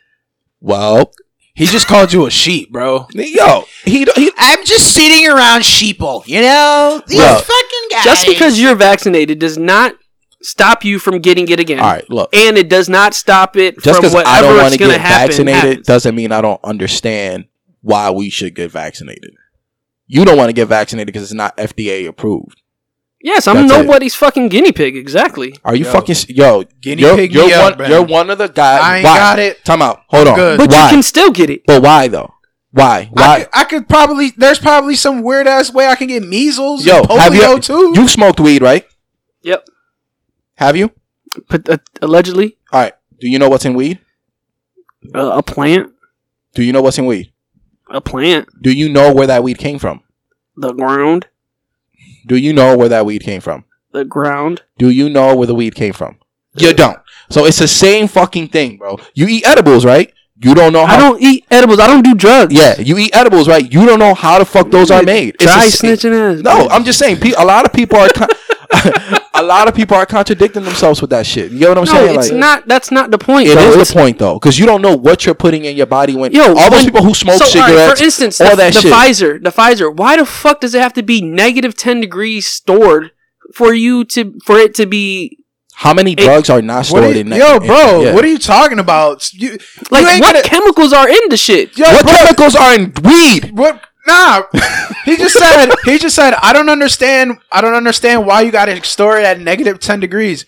C: well,
A: He just called you a sheep, bro.
C: yo, he don't- he
F: I'm just sitting around sheeple, you know? These
C: Look,
F: fucking guys.
B: Just because you're vaccinated does not stop you from getting it again.
C: All right, look.
B: And it does not stop it
C: Just
B: from
C: because I
B: whatever
C: don't want
B: it's
C: to
B: going to
C: get
B: happen.
C: vaccinated
B: happens.
C: doesn't mean I don't understand why we should get vaccinated. You don't want to get vaccinated because it's not FDA approved.
B: Yes, I'm
C: That's it.
B: nobody's fucking guinea pig. Exactly.
C: Are you
A: Yo.
C: fucking s- yo?
A: Guinea
C: You're,
A: pig
C: you're
A: me
C: one.
A: up, man.
C: you're one of the guys.
A: I ain't
C: why?
A: got it.
C: Time out. Hold on.
A: good.
B: But
C: why?
B: you can still get it.
C: but why though? Why? Why?
A: I could, I could probably there's probably some weird ass way I can get measles
C: Yo,
A: and polio
C: have you
A: too.
C: you smoked weed, right?
B: Yep.
C: Have you?
B: But, uh, allegedly,
C: All right. Do you know what's in weed?
B: uh, a plant,
C: Do you know what's in weed?
B: a plant,
C: Do you know where that weed came from?
B: the ground,
C: Do you know where that weed came from?
B: the ground.
C: Do you know where the weed came from? You don't. So it's the same fucking thing, bro. You eat edibles, right? You don't know how.
B: I don't eat edibles. I don't do drugs.
C: Uh-huh. yeah, you eat edibles, right? You don't know how the fuck those are made. It's
B: Try
C: the sa-
B: snitching ass.
C: No,
B: bitch.
C: I'm just saying. pe- A lot of people are. Con- a lot of people are contradicting themselves with that shit. You know what I'm
B: No,
C: saying?
B: it's
C: like,
B: not. That's not the point.
C: It
B: though.
C: is
B: It's-
C: the point though, because you don't know what you're putting in your body when
B: Yo,
C: all those
B: when-
C: people who smoke
B: all right,
C: cigarettes,
B: for instance,
C: all
B: the,
C: that
B: the
C: shit.
B: Pfizer, the Pfizer. Why the fuck does it have to be negative ten degrees stored for you to for it to be
C: How many drugs are not
A: What are
C: stored
A: you-
C: in that?
A: yo, bro,
C: yeah.
A: what are you talking about? You, you
B: like
A: ain't
B: what
A: gotta-
B: chemicals are in the shit?
A: yo,
C: what
A: bro,
C: chemicals are in weed?
A: What? Nah. he just said. He just said. I don't understand. I don't understand why you got to store it at negative ten degrees.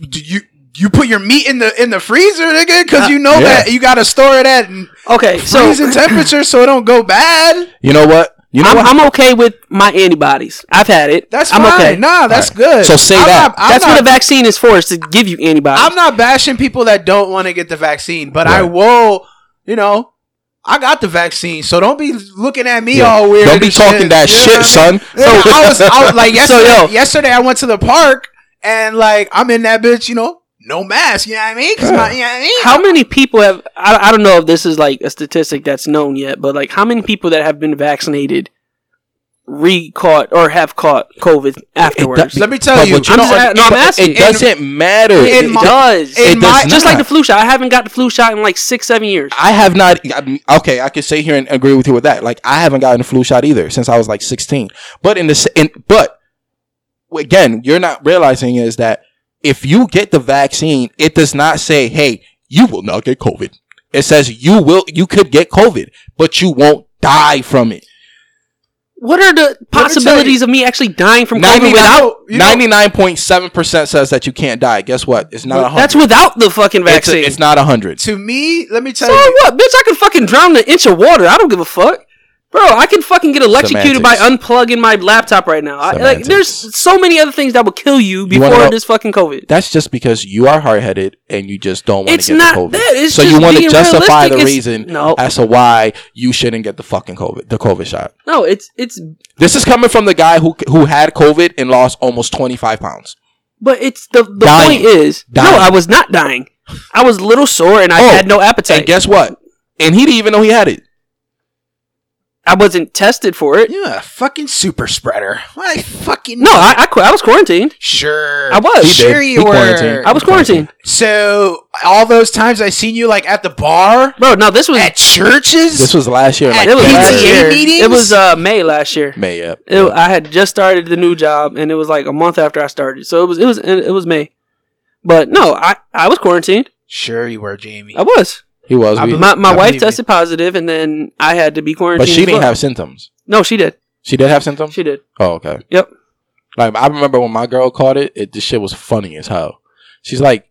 A: Do you you put your meat in the in the freezer, nigga? Because you know
C: Yeah.
A: that you got to store it at
B: Okay, so
A: freezing temperature so it don't go bad.
C: You know what? You know
B: I'm,
C: what?
B: I'm okay with my antibodies. I've had it.
A: That's
B: I'm
A: fine.
B: okay.
A: Nah, that's good.
C: So say that.
A: Not, I'm
B: that's
A: not,
B: what a vaccine is for, is to give you antibodies.
A: I'm not bashing people that don't want to get the vaccine, but I
C: Right.
A: will. You know. I got the vaccine, so don't be looking at me
C: Yeah.
A: all weird.
C: Don't be
A: and
C: talking that
A: You know
C: shit,
A: what I mean?
C: son.
A: Yeah, I was, I was
B: So,
A: like yesterday.
B: yo.
A: yesterday, I went to the park and like I'm in that bitch, you know, no mask. You know what I mean? 'Cause my, you know what I mean?
B: how many people have? I, I don't know if this is like a statistic that's known yet, but like how many people that have been vaccinated re caught or have caught COVID afterwards.
A: Let me tell
C: But
A: you,
C: what you
B: I'm
A: no,
B: just a- no, I'm asking.
C: It doesn't matter.
B: It,
C: It-
B: does.
C: it
B: It
C: does
B: does. Just
C: not.
B: like the flu shot. I haven't got the flu shot in like six, seven years.
C: I have not. I'm- okay, I can sit here and agree with you with that. Like I haven't gotten a flu shot either since I was like 16. But in the s- in, but again, you're not realizing is that if you get the vaccine, it does not say, "Hey, you will not get COVID." It says you will. You could get COVID, but you won't die from it.
B: What are the possibilities of me actually dying from COVID
C: 99
B: without?
A: you know-
C: 99.7% says that you can't die. Guess what? It's not a hundred.
B: That's without the fucking
C: It's,
B: vaccine.
C: a, it's not a hundred.
A: to me, let me tell
B: so
A: you,
B: what, bitch? I can fucking drown in an inch of water. I don't give a fuck, bro. I can fucking get electrocuted by unplugging my laptop right now. I, like,
C: Semantics.
B: there's so many other things that will kill you
C: You wanna
B: before
C: know-
B: this fucking COVID.
C: That's just because you are hard headed and you just don't want to get
B: It's
C: the
B: not
C: COVID.
B: that. It's
C: so
B: just
C: you want to
B: being
C: justify
B: realistic.
C: the
B: It's-
C: reason
B: no.
C: as to why you shouldn't get the fucking COVID, the COVID shot.
B: No, it's it's,
C: This is coming from the guy who who had COVID and lost almost twenty five pounds.
B: but it's the the point
C: Dying.
B: is no,
C: Dying.
B: I was not dying. I was a little sore and I
C: Oh,
B: had no appetite.
C: And guess what? And he didn't even know he had it.
B: I wasn't tested for it.
A: you're a fucking super spreader. I fucking
B: No, I I, qu- I was quarantined.
A: sure.
B: I was. He did.
A: sure
C: He
A: you were.
C: quarantined.
B: I was quarantined,
A: So all those times I seen you like at the bar,
B: bro. No, this was
A: at churches,
C: This was last year, like
B: it was
A: PTA
B: last year.
A: meetings?
B: It was uh, May last year.
C: May. Yeah.
B: It, I had just started the new job, and it was like a month after I started, so it was it was it was May. But no, I I was quarantined.
A: sure you were, Jamie.
B: I was.
C: He was.
A: I
C: we-
A: believe-
B: My my
A: I
B: wife
A: believe you.
B: tested positive, and then I had to be quarantined.
C: but she
B: as
C: didn't
B: well.
C: have symptoms.
B: No, she did.
C: She did have symptoms.
B: She did.
C: Oh, okay.
B: Yep.
C: Like I remember when my girl caught it, it this shit was funny as hell. She's like,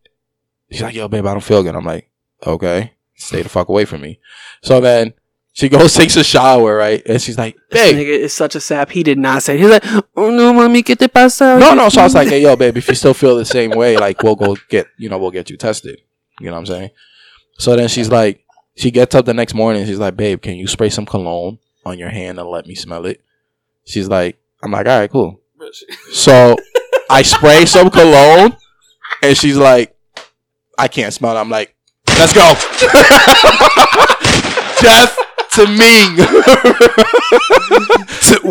C: she's like, yo, babe, I don't feel good. I'm like, okay, stay the fuck away from me. So then she goes takes a shower, right? And she's like,
B: This
C: babe,
B: nigga is such a sap. He did not say. He's like, oh no, mommy, get the pasta.
C: no, no. So I was like, hey, yo, babe, if you still feel the same way, like we'll go get, you know, we'll get you tested. You know what I'm saying? So then she's like, she gets up the next morning. She's like, babe, can you spray some cologne on your hand and let me smell it? She's like, I'm like, all right, cool. So I spray some cologne, and she's like, I can't smell it. I'm like, let's go. Death to me.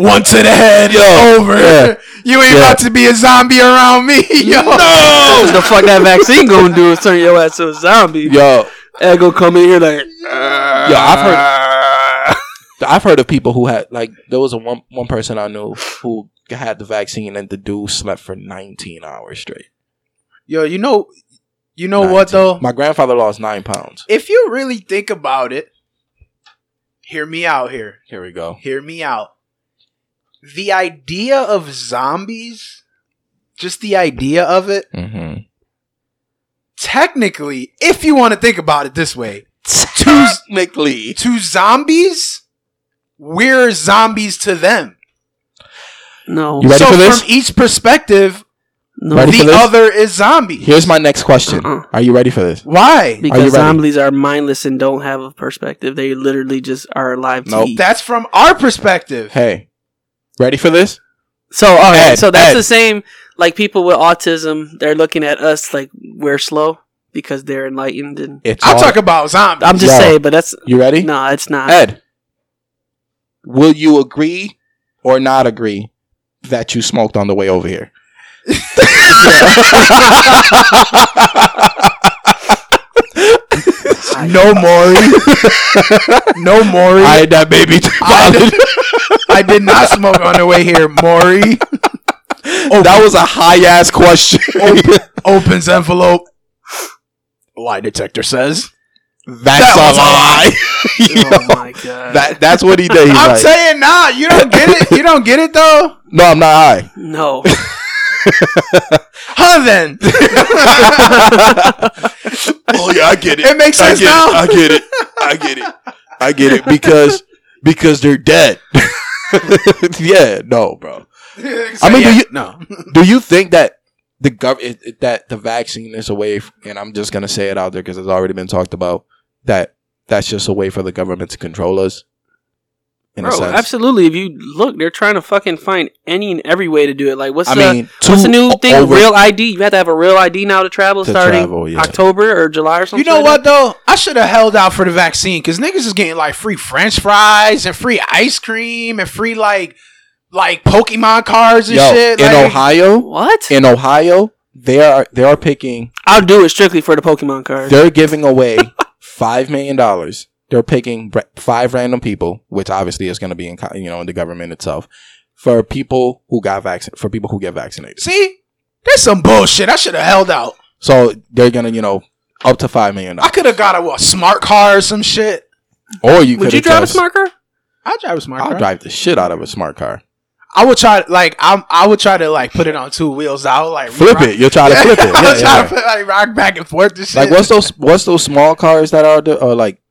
A: One to the head, over.
C: Yeah.
A: You ain't
C: Yeah.
A: about to be a zombie around me, yo. No.
B: What the fuck that vaccine gonna do is turn your ass to a zombie.
C: yo,
B: Egg gonna come in here like,
A: Yeah,
C: I've I've heard of people who had like there was a one one person I knew who had the vaccine and the dude slept for 19 hours straight.
A: Yo, you know, you know
C: 19.
A: what though?
C: My grandfather lost nine pounds.
A: If you really think about it, hear me out here.
C: Here we go.
A: Hear me out. The idea of zombies, just the idea of it,
C: Mm-hmm.
A: technically, if you want to think about it this way, to,
C: Technically,
A: to zombies, we're zombies to them.
B: no,
C: You ready
A: so
C: for this?
A: from each perspective,
B: no,
C: Ready for
A: the
C: this?
A: other is zombie.
C: here's my next question.
B: Uh-uh.
C: Are you ready for this?
A: Why?
B: because
C: ready?
B: zombies are mindless and don't have a perspective. They literally just are alive to
C: Nope.
B: eat.
A: That's from our perspective.
C: Hey, ready for this?
B: So all right,
C: Ed,
B: so that's
C: Ed.
B: the same. Like people with autism, they're looking at us like we're slow because they're enlightened. And
C: It's
A: I'll
C: all-
A: talk about zombies.
B: I'm just
C: Yo.
B: saying, but that's
C: You ready?
B: no, it's not.
C: Ed, will you agree or not agree that you smoked on the way over here?
A: no Maury. no Maury.
C: I
A: I,
C: had that baby.
A: did not smoke on the way here. Maury
C: that was a high ass question.
A: opens envelope. Lie detector says.
C: That's a lie.
B: Oh my god.
C: that that's what he did. He's
A: I'm
C: like,
A: saying nah. You don't get it. You don't get it though.
C: no, I'm not high.
B: no.
A: Huh then.
C: oh yeah, I get
A: It makes sense now.
C: get it. I get it. I get it because because they're dead. yeah, no, bro. I mean, do you-
A: no.
C: Do you think that the government that the vaccine is a way? f- and I'm just gonna say it out there because it's already been talked about. That that's just a way for the government to control us. In a
B: Bro,
C: sense.
B: absolutely. If you look, they're trying to fucking find any and every way to do it. Like what's
C: I
B: the
C: mean,
B: what's the
C: two
B: new
C: o-
B: thing?
C: over-
B: real ID. You have to have a real ID now to travel
C: To
B: starting
C: travel, yeah.
B: October or July or something.
A: You know
B: like
A: what
B: that.
A: though? I should have held out for the vaccine because niggas is getting like free French fries and free ice cream and free like like Pokemon cards and
C: Yo,
A: shit.
C: in
A: like-
C: Ohio,
B: What?
C: in Ohio, they are they are picking.
B: I'll do it strictly for the Pokemon card.
C: They're giving away five million dollars. They're picking br- five random people, which obviously is going to be in co- you know in the government itself for people who got vaccinated for people who get vaccinated.
A: See, that's some bullshit. I should have held out.
C: So they're gonna you know up to five million
A: I
C: dollars,
A: could have got a what, smart car or some shit.
C: or you
B: Would
C: could
B: you drive a smart car?
A: I'll drive a smart
C: I'll
A: car.
C: drive the shit out of a smart car.
A: I would try like I'm. I would try to like put it on two wheels. I would like
C: Flip
A: rock-
C: it. You'll try to flip
A: I
C: it. Yeah,
A: would
C: yeah,
A: try
C: yeah.
A: to put, like rock back and forth. And shit.
C: Like what's those what's those small cars that are the, uh, like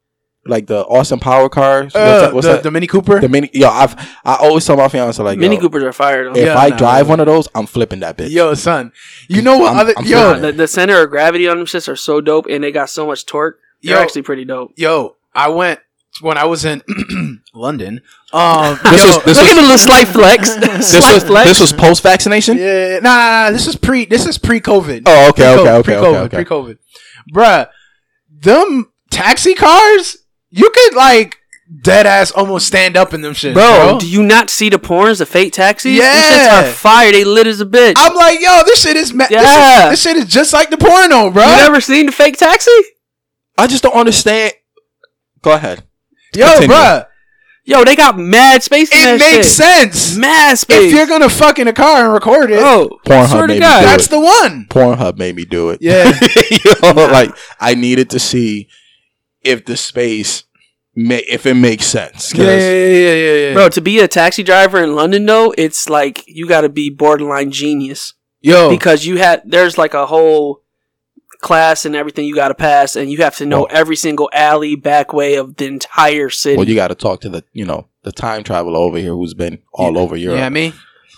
C: like the Austin Power cars? What's
A: Uh,
C: that? What's
A: the,
C: that?
A: the Mini Cooper.
C: The mini. Yo, I've I always tell my fiance like
B: Mini
C: yo,
B: Coopers are fired.
C: If
A: Yeah,
C: I
A: nah,
C: drive
A: nah.
C: one of those, I'm flipping that bitch.
A: yo, son. You know what
C: I'm-
A: other
C: I'm
A: yo
C: flipping it.
B: The, the center of gravity on them shits are so dope, and they got so much torque. They're
A: Yo.
B: actually pretty dope.
A: yo? I went when I was in London. Um,
C: This
A: yo,
C: was
B: Look
C: this was
B: at the little slight flex.
C: this
B: slight
C: was,
B: flex.
C: this was post vaccination.
A: yeah, nah, nah, nah, this is pre. This is pre-COVID.
C: Oh, okay, okay,
A: Pre-COVID,
C: okay,
A: pre-COVID,
C: okay, okay.
A: pre-COVID. Bruh, them taxi cars, you could like dead ass almost stand up in them shit,
B: bro,
A: bro.
B: do you not see the porns, the fake taxis? These
A: Yeah.
B: shits are fire. They lit as a bitch.
A: I'm like, yo, this shit is ma-
B: Yeah.
A: this, is- this shit is just like the porno, bro.
B: you never seen the fake taxi?
C: I just don't understand. Go ahead.
A: yo,
C: Continue.
A: bruh,
B: Yo, they got mad space in
A: it
B: that shit.
A: makes sense.
B: Mad space.
A: If you're gonna fuck in a car and record it,
B: oh,
C: Pornhub
B: swear to
C: made me do
B: God.
A: that's
C: it.
A: the one.
C: Pornhub made me do it.
A: Yeah,
C: You know, like I needed to see if the space ma- if it makes sense. 'Cause
A: yeah, yeah, yeah, yeah, yeah.
B: Bro, to be a taxi driver in London though, it's like you got to be borderline genius
C: Oh.
A: yo,
B: because you had there's like a whole class and everything you got to pass, and you have to know
C: Well-
B: every single alley back way of the entire city.
C: Well, you got to talk to the you know the time traveler over here who's been all over
A: you know
C: Europe.
A: what I mean?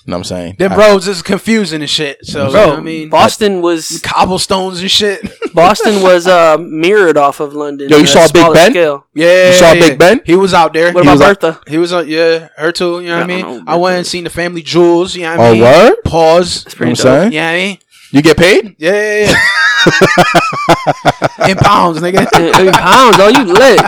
C: You know what I'm saying?
A: Them
C: I-
A: roads is confusing and shit. So,
B: Bro,
A: you know what I mean,
B: Boston was
A: cobblestones and shit.
B: Boston was uh, mirrored off of London.
C: Yo, you
B: on
C: saw Big
B: smaller
C: Ben?
B: Scale.
A: yeah,
C: you saw
A: yeah.
C: Big Ben?
A: He was out there.
B: What
A: He
B: about
A: was out-
B: Bertha?
A: He was on, yeah, her too. You know what I
B: I
A: mean?
B: don't know.
A: I went and seen the family jewels. You know what I
C: Oh,
A: mean?
C: word?
A: Pause.
B: That's
C: You know
B: pretty
C: what I'm
B: dope.
A: You
C: saying?
A: know what I mean?
C: You get paid?
A: Yeah, yeah, yeah. In pounds, nigga.
B: I mean, pounds, oh, you lit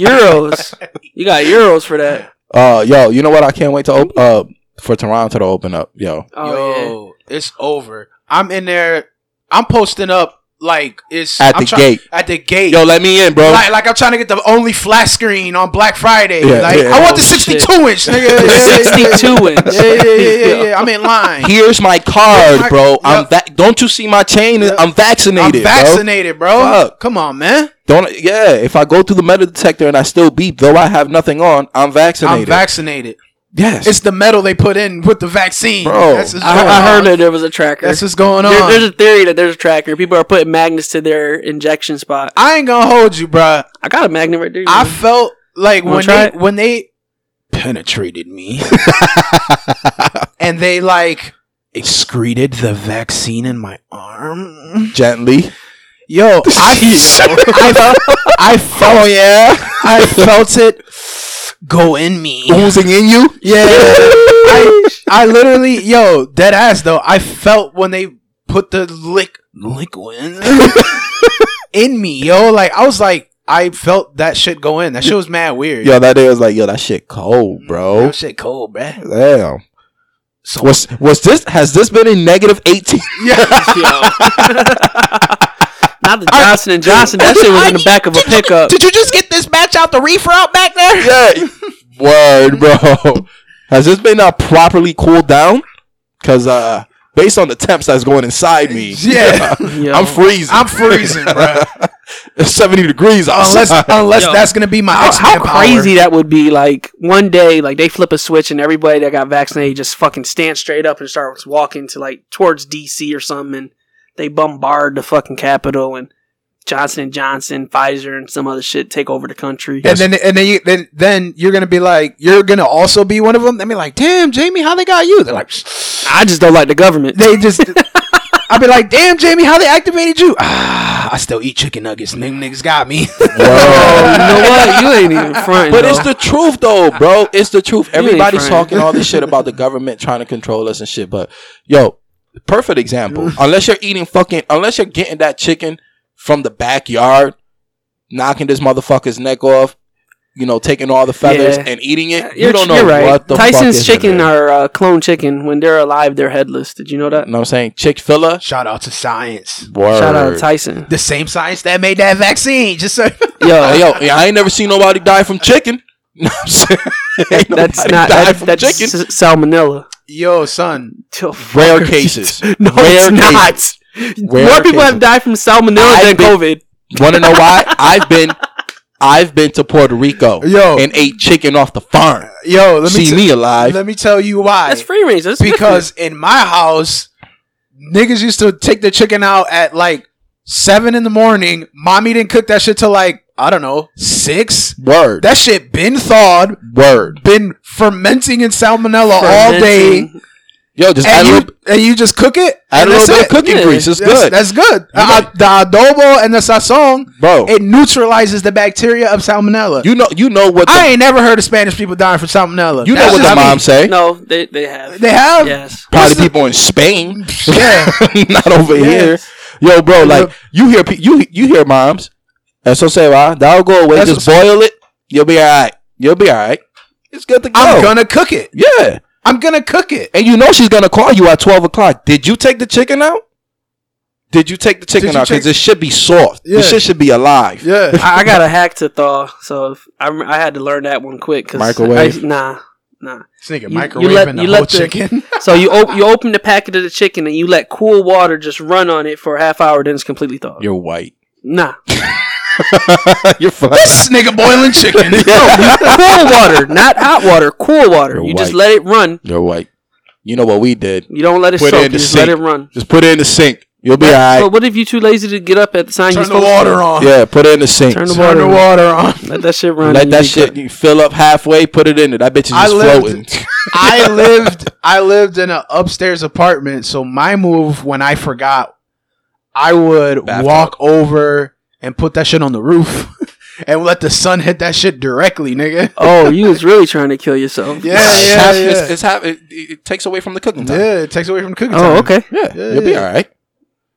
B: euros. You got euros for that.
C: Uh, yo, you know what? I can't wait to open uh for Toronto to open up. Yo,
B: Oh
A: Yo, it's over. I'm in there. I'm posting up like it's
C: At
A: I'm
C: the gate.
A: At the gate.
C: yo, let me in, bro.
A: like, like I'm trying to get the only flat screen on Black Friday.
C: Yeah,
A: like
C: yeah.
A: I want the
B: Oh,
A: 62
B: shit.
A: inch. Nigga. Yeah,
B: yeah,
A: yeah, yeah,
B: sixty-two inch.
A: Yeah, yeah, yeah, yeah, yeah, yeah. I'm in line.
C: Here's my card, bro. I'm
A: Yep.
C: va- Don't you see my chain? I'm
A: I'm
C: vaccinated. bro.
A: vaccinated, bro.
C: Fuck.
A: Come on, man.
C: Don't. Yeah, if I go through the metal detector and I still beep, though I have nothing on, I'm vaccinated.
A: I'm vaccinated.
C: yes.
A: It's the metal they put in with the vaccine.
C: Bro.
A: that's what's
B: I,
A: going
B: I heard
A: on.
B: that there was a tracker.
A: That's what's going on.
B: There- there's a theory that there's a tracker. People are putting magnets to their injection spot.
A: I ain't gonna hold you, bruh.
B: I got a magnet right there.
A: I
B: man.
A: felt like
B: Wanna
A: when
B: try
A: they,
B: it?
A: when they penetrated me and they like excreted the vaccine in my arm.
C: gently.
A: Yo, I, I, I felt
C: Oh yeah,
A: I felt it go in me.
C: oozing in you.
A: Yeah. I, I literally, yo, dead ass though. I felt when they put the lick liquid in me, yo. Like I was like, I felt that shit go in. That shit was mad weird.
C: Yo, that day was like, yo, that shit cold, bro.
A: Mm, That shit cold, bruh.
C: Damn.
A: So
C: Was was this? Has this been in negative eighteen?
B: Not the Johnson and Johnson. That shit was in the back of a pickup.
A: Did you just get this batch out the reefer out back there?
C: Yeah. Word, bro. Has this been not properly cooled down? Cause uh, based on the temps that's going inside me,
A: Yeah.
B: Yo.
C: I'm freezing.
A: I'm freezing, bruh.
C: it's seventy degrees
A: Unless
C: outside.
A: unless
B: Yo.
A: that's gonna be my
B: how,
A: X
B: how crazy that would be! Like one day, like they flip a switch and everybody that got vaccinated just fucking stand straight up and starts walking to like towards DC or something, and they bombard the fucking capital and Johnson and Johnson, Pfizer, and some other shit take over the country.
A: And then and then you, then then you're gonna be like you're gonna also be one of them. They be like, damn, Jamie, how they got you? They're like,
B: I just don't like the government.
A: they just I'd be like, damn, Jamie, how they activated you? Ah, I still eat chicken nuggets. Them niggas got me.
B: Oh, you know what? You ain't even fronting.
C: But
B: though.
C: it's the truth, though, bro. It's the truth.
B: ain't
C: Everybody's
B: friend.
C: talking all this shit about the government trying to control us and shit. But yo, perfect example. unless you're eating fucking, unless you're getting that chicken from the backyard, knocking this motherfucker's neck off, you know, taking all the feathers
B: Yeah. Uh,
C: and eating it.
B: You're,
C: You don't know
B: you're right.
C: what the
B: Tyson's
C: fuck is in
B: chicken
C: there.
B: are uh, clone chicken. When they're alive, they're headless. Did you know that?
C: You know what I'm saying? Chick fil A.
A: Shout out to science.
B: Shout out Tyson.
A: The same science that made that vaccine. Just so
B: Yo,
C: Yo, yeah, I ain't never seen nobody die from chicken. You know what I'm saying? Ain't
B: that's
C: nobody
B: not
C: died
B: that,
C: from
B: that's
C: chicken.
B: s- salmonella.
A: yo, son.
B: Yo,
C: Rare
B: fucker.
C: cases.
B: No,
C: Rare
B: it's not.
C: Rare
B: More people
C: cases.
B: have died from salmonella than
C: I've been-
B: COVID.
C: Want to know why? I've been, I've been to Puerto Rico
A: Yo.
C: and ate chicken off the farm.
A: Yo, Oh. let me
C: See
A: t-
C: me alive.
A: let me tell you why.
B: That's free range. That's
A: because in my house, niggas used to take the chicken out at like seven in the morning. Mommy didn't cook that shit till like I don't know six.
C: Word.
A: That shit been thawed,
C: Word.
A: been fermenting in salmonella all
B: Fermenting.
A: day,
C: Yo, just add
A: and
C: a
A: you
C: little,
A: and you just cook it.
C: add a
A: and
C: little
A: that's
C: bit of
A: it.
C: cooking
B: Yeah.
C: grease. It's
A: That's
C: good.
A: That's good. Uh,
C: got-
A: the adobo and the sazon,
C: Bro,
A: it neutralizes the bacteria of salmonella.
C: you know, you know what the,
A: I ain't never heard of Spanish people dying from salmonella.
C: you know
A: That's
C: what the
A: just me.
C: mom say.
B: No, they they have.
A: They have.
B: yes.
C: Probably people in Spain.
A: Yeah.
C: not over
A: Yes.
C: here. Yo, bro, like you hear pe- you you hear moms. And so say, "Ah, that'll go away.
A: That's
C: Just boil it. You'll be all right. You'll be all right. It's good to go.
A: I'm gonna cook it.
C: yeah.
A: I'm gonna cook it.
C: And you know she's gonna call you at twelve o'clock. Did you take the chicken out? Did you take the chicken
A: you
C: out? Because
A: check-
C: it should be soft.
A: Yeah.
C: This shit should be alive.
A: Yeah.
B: I, I got a hack to thaw, so if, I rem- I had to learn that one quick. Cause
C: Microwave?
B: I, nah, nah.
A: This nigga
B: You-
A: microwaving
B: you let-
A: the
B: you
A: whole
B: let the-
A: chicken.
B: So you op- you open the packet of the chicken and you let cool water just run on it for a half hour, then it's completely thawed.
C: You're white.
B: Nah,
C: You're fine.
A: this nigga boiling chicken.
B: cool water, not hot water. Cool water.
C: You're
B: you just
C: white.
B: let it run.
C: You're white. You know what we did?
B: You don't let it
C: Put it
B: soak.
C: in
B: You
C: the
B: just let
C: sink.
B: it run.
C: Just put it in the sink. You'll be all
B: But
C: right.
B: what if you too lazy to get up at the sign?
A: Turn
B: you're
A: the
B: supposed
A: water on.
C: Uh, Yeah, put it in the sink.
B: To turn the
A: Turn
B: water.
A: the
B: on.
A: water on.
B: Let that shit run.
C: Let
B: and
C: that
B: you
C: shit
B: cut.
C: you fill up halfway, put it in it. That bitch is
A: I
C: just
A: lived-
C: floating.
A: I lived I lived in an upstairs apartment, so my move when I forgot, I would
C: Bathtub.
A: walk over and put that shit on the roof and let the sun hit that shit directly, nigga.
B: Oh, you was really trying to kill yourself.
A: Yeah, yeah,
C: Half-
A: yeah.
C: It's, it's half, it, it it takes away from the cooking time.
A: yeah, it takes away from the cooking time.
B: Oh, okay.
C: Yeah,
A: Yeah,
C: you'll be
A: yeah.
C: all right.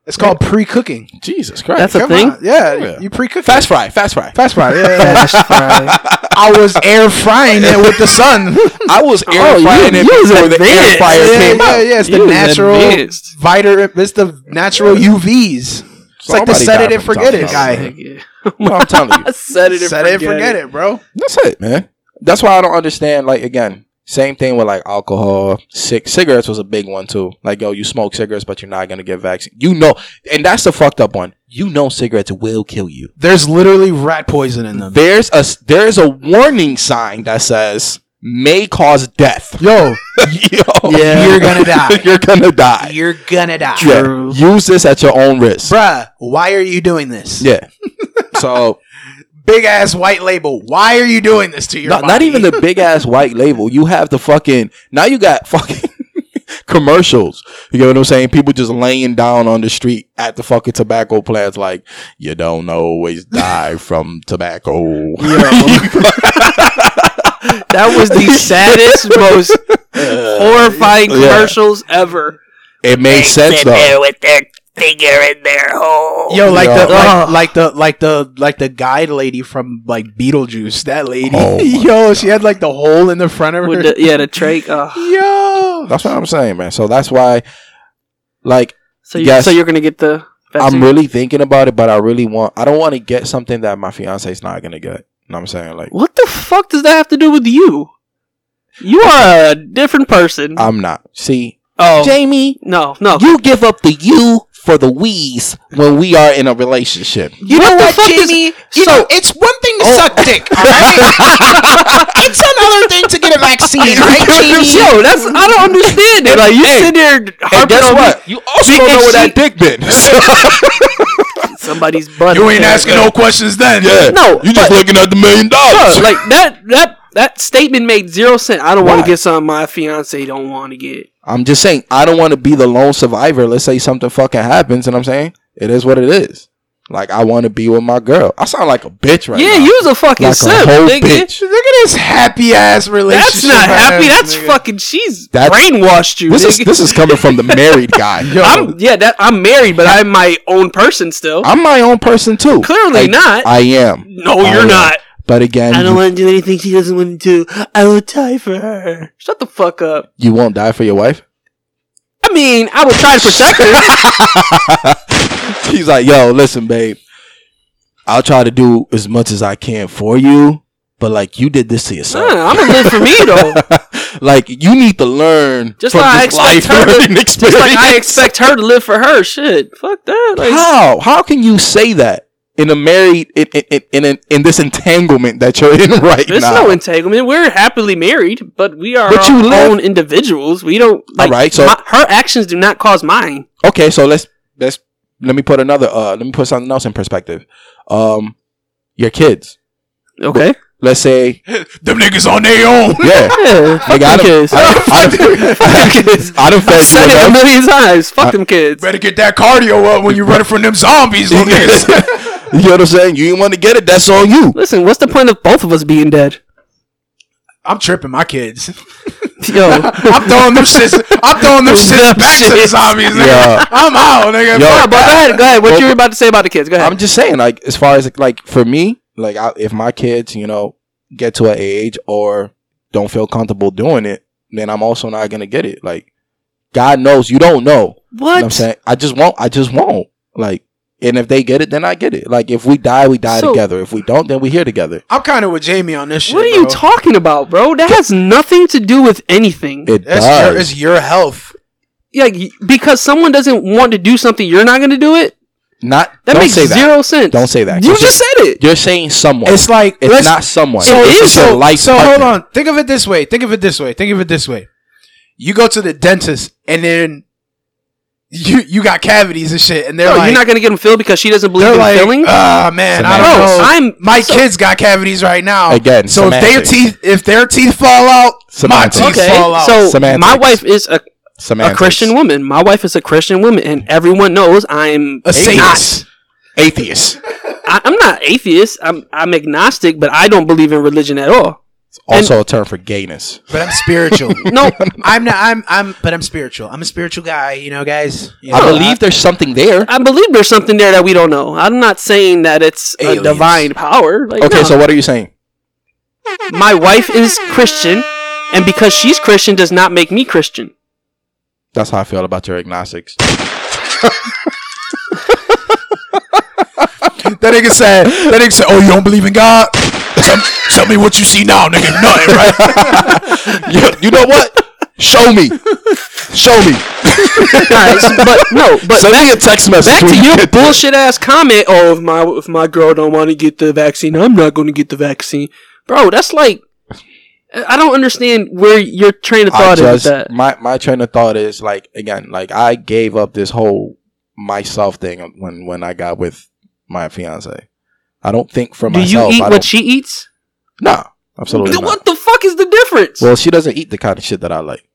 A: It's called pre-cooking.
C: Jesus Christ.
B: That's a
A: Come
B: thing.
A: on. Yeah,
C: Yeah.
A: you pre-cook.
C: fast fry, fast fry.
A: fast fry. Yeah, yeah, yeah.
B: Fast fry.
A: I was air frying it with the sun.
C: I was air
B: Oh, you-
C: frying it
B: you was
C: before the air
B: advanced.
C: fryer
A: yeah,
C: came
A: yeah,
C: out.
A: yeah, it's the
B: You was
A: natural
B: advanced.
A: vitamin. It's the natural UVs. It's like the
C: Somebody
A: set
C: died
A: it and
C: from
A: forget it
C: Thompson
A: guy.
C: Island.
B: Yeah.
C: No, I'm telling you.
B: Set it. and
A: Set it and forget it, bro.
C: That's it, man. That's why I don't understand. Like again, same thing with like alcohol. Sick cigarettes was a big one too. Like yo, you smoke cigarettes, but you're not gonna get vaccine. You know, and that's the fucked up one. You know, cigarettes will kill you.
A: There's literally rat poison in them.
C: There's a there's a warning sign that says may cause death.
A: Yo,
C: Yo,
B: Yeah.
A: You're gonna die.
C: you're gonna die.
A: you're gonna die.
C: Yeah.
B: True.
C: Use this at your own risk.
A: Bruh, why are you doing this?
C: Yeah. So
A: Big ass white label. Why are you doing this to your
C: not, not
A: body?
C: even the big ass white label. You have the fucking now you got fucking commercials. You get what I'm saying? People just laying down on the street at the fucking tobacco plants like you don't always die from tobacco.
B: That was the saddest, most horrifying
C: Yeah.
B: commercials ever.
C: it made sense though.
E: with their finger in their hole.
A: Yo, like
C: Yo.
A: the like, like the like the like the guide lady from like Beetlejuice, that lady.
C: Oh my
A: Yo, she had like the hole in the front of her.
B: With the, yeah, the trach. Uh,
A: Yo,
C: That's what I'm saying, man. So that's why like
B: so, you,
C: Yes.
B: so you're gonna get the. Vaccine?
C: I'm really thinking about it, but I really want. I don't want to get something that my fiance's not gonna get. You know what I'm saying? Like,
B: What the fuck does that have to do with you? You are a different person.
C: I'm not. See,
B: oh
C: Jamie,
B: no, no.
C: you give up the you for the we's when we are in a relationship.
B: You know what, Jamie?
G: You
B: so
G: know, it's one thing
A: Oh.
G: to suck dick, all right? it's another thing to get a vaccine, right, Jamie?
B: yo, that's I don't understand it. Like you
C: Hey,
B: sit there
C: And
B: harping
C: guess
B: on
C: what? You also
B: See,
C: don't know
B: and
C: where that
B: she-
C: dick been.
B: somebody's butt.
A: you ain't asking no questions then.
C: yeah,
B: No,
C: you just
B: but-
C: looking at the million dollars.
B: Bruh, like that that that statement made zero sense. I don't want
C: Why?
B: to get something my fiance don't want to get.
C: I'm just saying, I don't want to be the lone survivor. Let's say something fucking happens, and I'm saying it is what it is. Like, I want to be with my girl. I sound like a bitch right
B: yeah,
C: now.
B: you was a fucking
C: like
B: simp,
C: a whole
B: nigga.
C: bitch.
A: Look at this happy ass relationship.
B: That's not
A: right
B: happy.
A: now,
B: That's
A: nigga.
B: fucking. She's
C: That's-
B: brainwashed you,
C: This
B: nigga.
C: is this is coming from the married guy.
A: Yo.
B: I'm yeah. That I'm married, but I'm my own person still.
C: I'm my own person too.
B: Clearly
C: Like,
B: not.
C: I am.
B: no,
C: I
B: you're
C: am.
B: not.
C: But again,
B: I don't
C: you,
B: want to do anything she doesn't want to do. I will die for her. Shut the fuck up.
C: you won't die for your wife.
B: I mean, I would try to protect her.
C: He's like, yo, listen, babe. I'll try to do as much as I can for you, but like you did this to yourself.
B: Nah, I'm gonna live for me though.
C: like you need to learn
B: Just
C: from
B: like I
C: this
B: expect
C: life
B: her to-
C: learning experience.
B: Just like I expect her to live for her. Shit, fuck that. Like,
C: how how can you say that in a married in in in, in, in this entanglement that you're in right
B: there's
C: now?
B: no entanglement. We're happily married, but we are
C: But
B: our
C: you live-
B: own individuals. We don't. Like,
C: Alright, so-
B: my- her actions do not cause mine.
C: okay, so let's let's let me put another uh let me put something else in perspective. Um, your kids.
B: Okay.
C: Let's say
E: Them niggas on their own.
C: yeah.
B: Yeah, fuck them
C: Nigga, I done,
B: kids.
C: I, I, done- I, done- I done fed you
B: Said it a
C: enough.
B: million times.
C: Uh,
B: Fuck them kids.
E: Better get that cardio up when you running from them zombies, little niggas.
C: you know what I'm saying? You didn't want to get it. That's on you.
B: Listen, what's the point of both of us being dead?
E: I'm tripping my kids.
B: Yo,
E: I'm throwing them shits. I'm throwing them shits back to the zombies. Nigga.
C: Yeah.
E: I'm out, nigga.
C: Yo.
E: Fuck.
B: but go ahead, go ahead. What
C: Well,
B: you were about to say about the kids? Go ahead.
C: I'm just saying, like, as far as like for me, like, I, if my kids, you know, get to an age or don't feel comfortable doing it, then I'm also not gonna get it. Like, God knows you don't know. You know what I'm
B: what?
C: saying I just won't. I just won't. Like, and if they get it, then I get it. Like, if we die, we die
B: So-
C: together. If we don't, then we here together.
A: I'm kind of with Jamie on this shit.
B: what are you
A: bro.
B: talking about, bro? That has nothing to do with anything.
C: It
A: That's
C: does.
A: your, it's your health.
B: Yeah, y- because someone doesn't want to do something, you're not going to do it.
C: not.
B: That
C: don't
B: makes
C: say
B: zero sense.
C: Don't say that.
B: You
C: 'Cause
B: just said it.
C: You're saying someone.
A: It's like
C: It's
A: let's-
C: not someone.
A: So,
C: it's just
A: so,
C: a life
A: so
C: partner.
A: hold on. Think of it this way. Think of it this way. Think of it this way. You go to the dentist and then you you got cavities and shit, and they're
B: No,
A: like,
B: you're not going to get them filled because she doesn't believe
A: they're
B: in
A: like,
B: filling.
A: ah, man, I
C: Semantics.
A: don't know.
B: Bro, I'm-
A: my
B: so-
A: kids got cavities right now
C: Again,
A: So
C: semantics.
A: if their teeth if their teeth fall out,
C: Semantics.
A: my teeth
B: okay,
A: fall out.
B: so my
C: Semantics.
B: wife is a, a
C: Semantics.
B: Christian woman. My wife is a Christian woman, and everyone knows I'm
A: a
B: not.
A: Satanist.
C: atheist.
B: I, I'm not atheist. I'm I'm agnostic, but I don't believe in religion at all.
C: Also a term for gayness.
A: but I'm spiritual.
B: No,
A: I'm not. I'm. I'm. But I'm spiritual. I'm a spiritual guy. You know, guys. You
C: I
A: know,
C: believe there's something there.
B: I believe there's something there that we don't know. I'm not saying that it's a divine power. Like,
C: Okay,
B: no.
C: so what are you saying?
B: my wife is Christian, and because she's Christian, does not make me Christian.
C: That's how I feel about your agnostics.
E: That nigga said. That nigga said, "Oh, you don't believe in God? Tell, tell me what you see now, nigga. Nothing, right?
C: you, you know what? Show me. Show me.
B: Alright, so- but no, but
C: Send me a text message.
B: back to
C: when you
B: your
C: get there.
B: bullshit ass comment. Oh, if my if my girl don't want to get the vaccine, I'm not going to get the vaccine, bro. That's like. I don't understand where your train of
C: I
B: thought is with
C: just,
B: that.
C: my my train of thought is like again, like I gave up this whole myself thing when when I got with my fiance. I don't think for
B: Do you
C: myself.
B: eat
C: I
B: what
C: don't-
B: she eats?
C: Nah, absolutely
B: Then
C: not.
B: what the fuck is the difference?
C: Well, she doesn't eat the kind of shit that I like.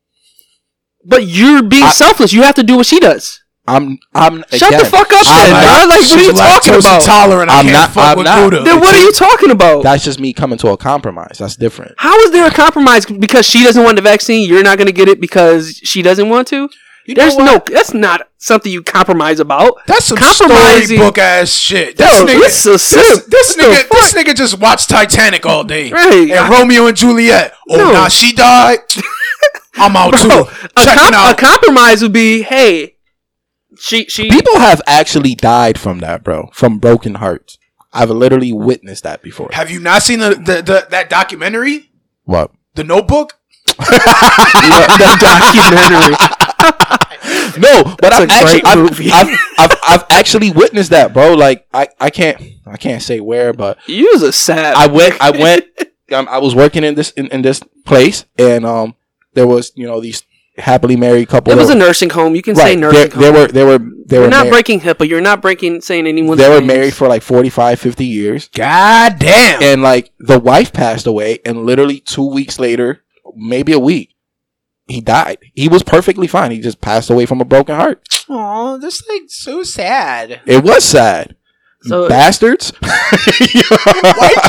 B: but you're being
C: I-
B: selfless. You have to do what she does.
C: I'm I'm
B: Shut
C: again,
B: the fuck up,
C: I'm
B: then,
C: not-
B: bro. Like, what are you talking about?
A: tolerant. I
C: I'm
A: can't
C: not-
A: fuck
C: I'm
A: with
C: not.
A: Buddha.
B: Then what are you talking about?
C: That's just me coming to a compromise. That's different.
B: How is there a compromise because she doesn't want the vaccine? You're not going to get it because she doesn't want to. There's no. That's not something you compromise about.
A: That's some
B: Compromising.
A: storybook ass shit. This
B: Yo,
A: nigga,
B: this is a
A: this,
B: simp.
A: this
B: What the
A: nigga, this nigga just watched Titanic all day,
B: Right.
A: And Romeo and Juliet. Oh,
B: No.
A: nah, she died. I'm out
B: Bro,
A: too.
B: Oh, a,
A: Checking
B: com- a
A: out.
B: compromise would be, hey, she she.
C: People have actually died from that, bro. From broken hearts. I've literally witnessed that before.
A: Have you not seen the, the, the that documentary,
C: What?
A: The Notebook?
B: documentary.
C: No, but I've
B: a
C: actually
B: great movie.
C: I've, I've, I've, I've actually witnessed that, bro. Like I, I can't I can't say where, but
B: you was a sad.
C: I went I went um, I was working in this in, in this place and um there was you know these happily married couple.
B: it was a
C: that-
B: nursing home. You can say
C: right,
B: nursing home.
C: there, there were they were they
B: You're
C: were
B: not
C: married,
B: breaking HIPAA. You're not breaking saying anyone's.
C: they were
B: names.
C: married for like 45, 50 years.
A: God damn.
C: and like the wife passed away and literally two weeks later maybe a week he died he was perfectly fine he just passed away from a broken heart
A: Aw, that's like so sad.
C: it was sad
B: So-
C: bastards
A: Why do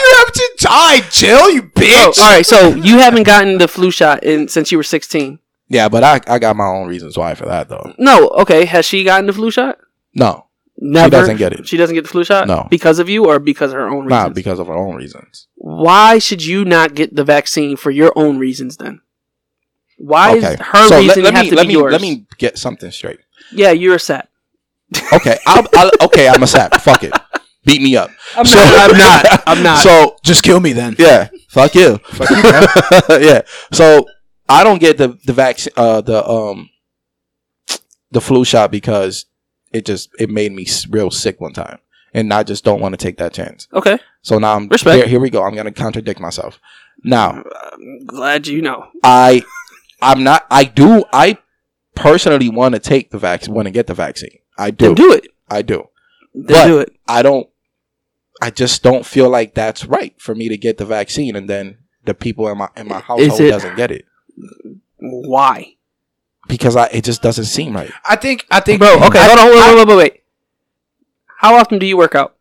A: you have to die, Jill? You
B: Oh,
A: bitch.
B: all right, so you haven't gotten the flu shot in since you were 16.
C: yeah but I, I got my own reasons why for that though
B: No, okay. Has she gotten the flu shot?
C: no
B: Never.
C: doesn't get it.
B: She doesn't get the flu shot.
C: No.
B: because of you or because of her own reasons.
C: Not because of her own reasons.
B: Why should you not get the vaccine for your own reasons then? Why
C: Okay.
B: is her
C: so let,
B: reason
C: let
B: have
C: me
B: to
C: let
B: be
C: me
B: yours?
C: let me get something straight.
B: yeah, you're a sap.
C: Okay, I'll, I'll, okay, I'm a sap. Fuck it, beat me up.
B: I'm
C: So-
B: not. I'm not. I'm not.
C: So
A: Just kill me then.
C: yeah, fuck you. yeah. So I don't get the the vaccine, uh, the um, the flu shot because it just it made me s- real sick one time, and I just don't want to take that chance.
B: okay.
C: So now I'm
B: Respect.
C: Here, here we go. I'm gonna contradict myself. Now
B: I'm glad you know.
C: I I'm not. I do. I personally want to take the vaccine. Want to get the vaccine. I
B: Then
C: do.
B: do it.
C: I do.
B: Then
C: But-
B: do it.
C: I don't. I just don't feel like that's right for me to get the vaccine, and then the people in my in my household
B: it-
C: doesn't get it
B: Why?
C: because I it just doesn't seem right.
A: I think I think
B: Bro, okay, hold on, hold on, wait, wait, wait, wait. How often do you work out?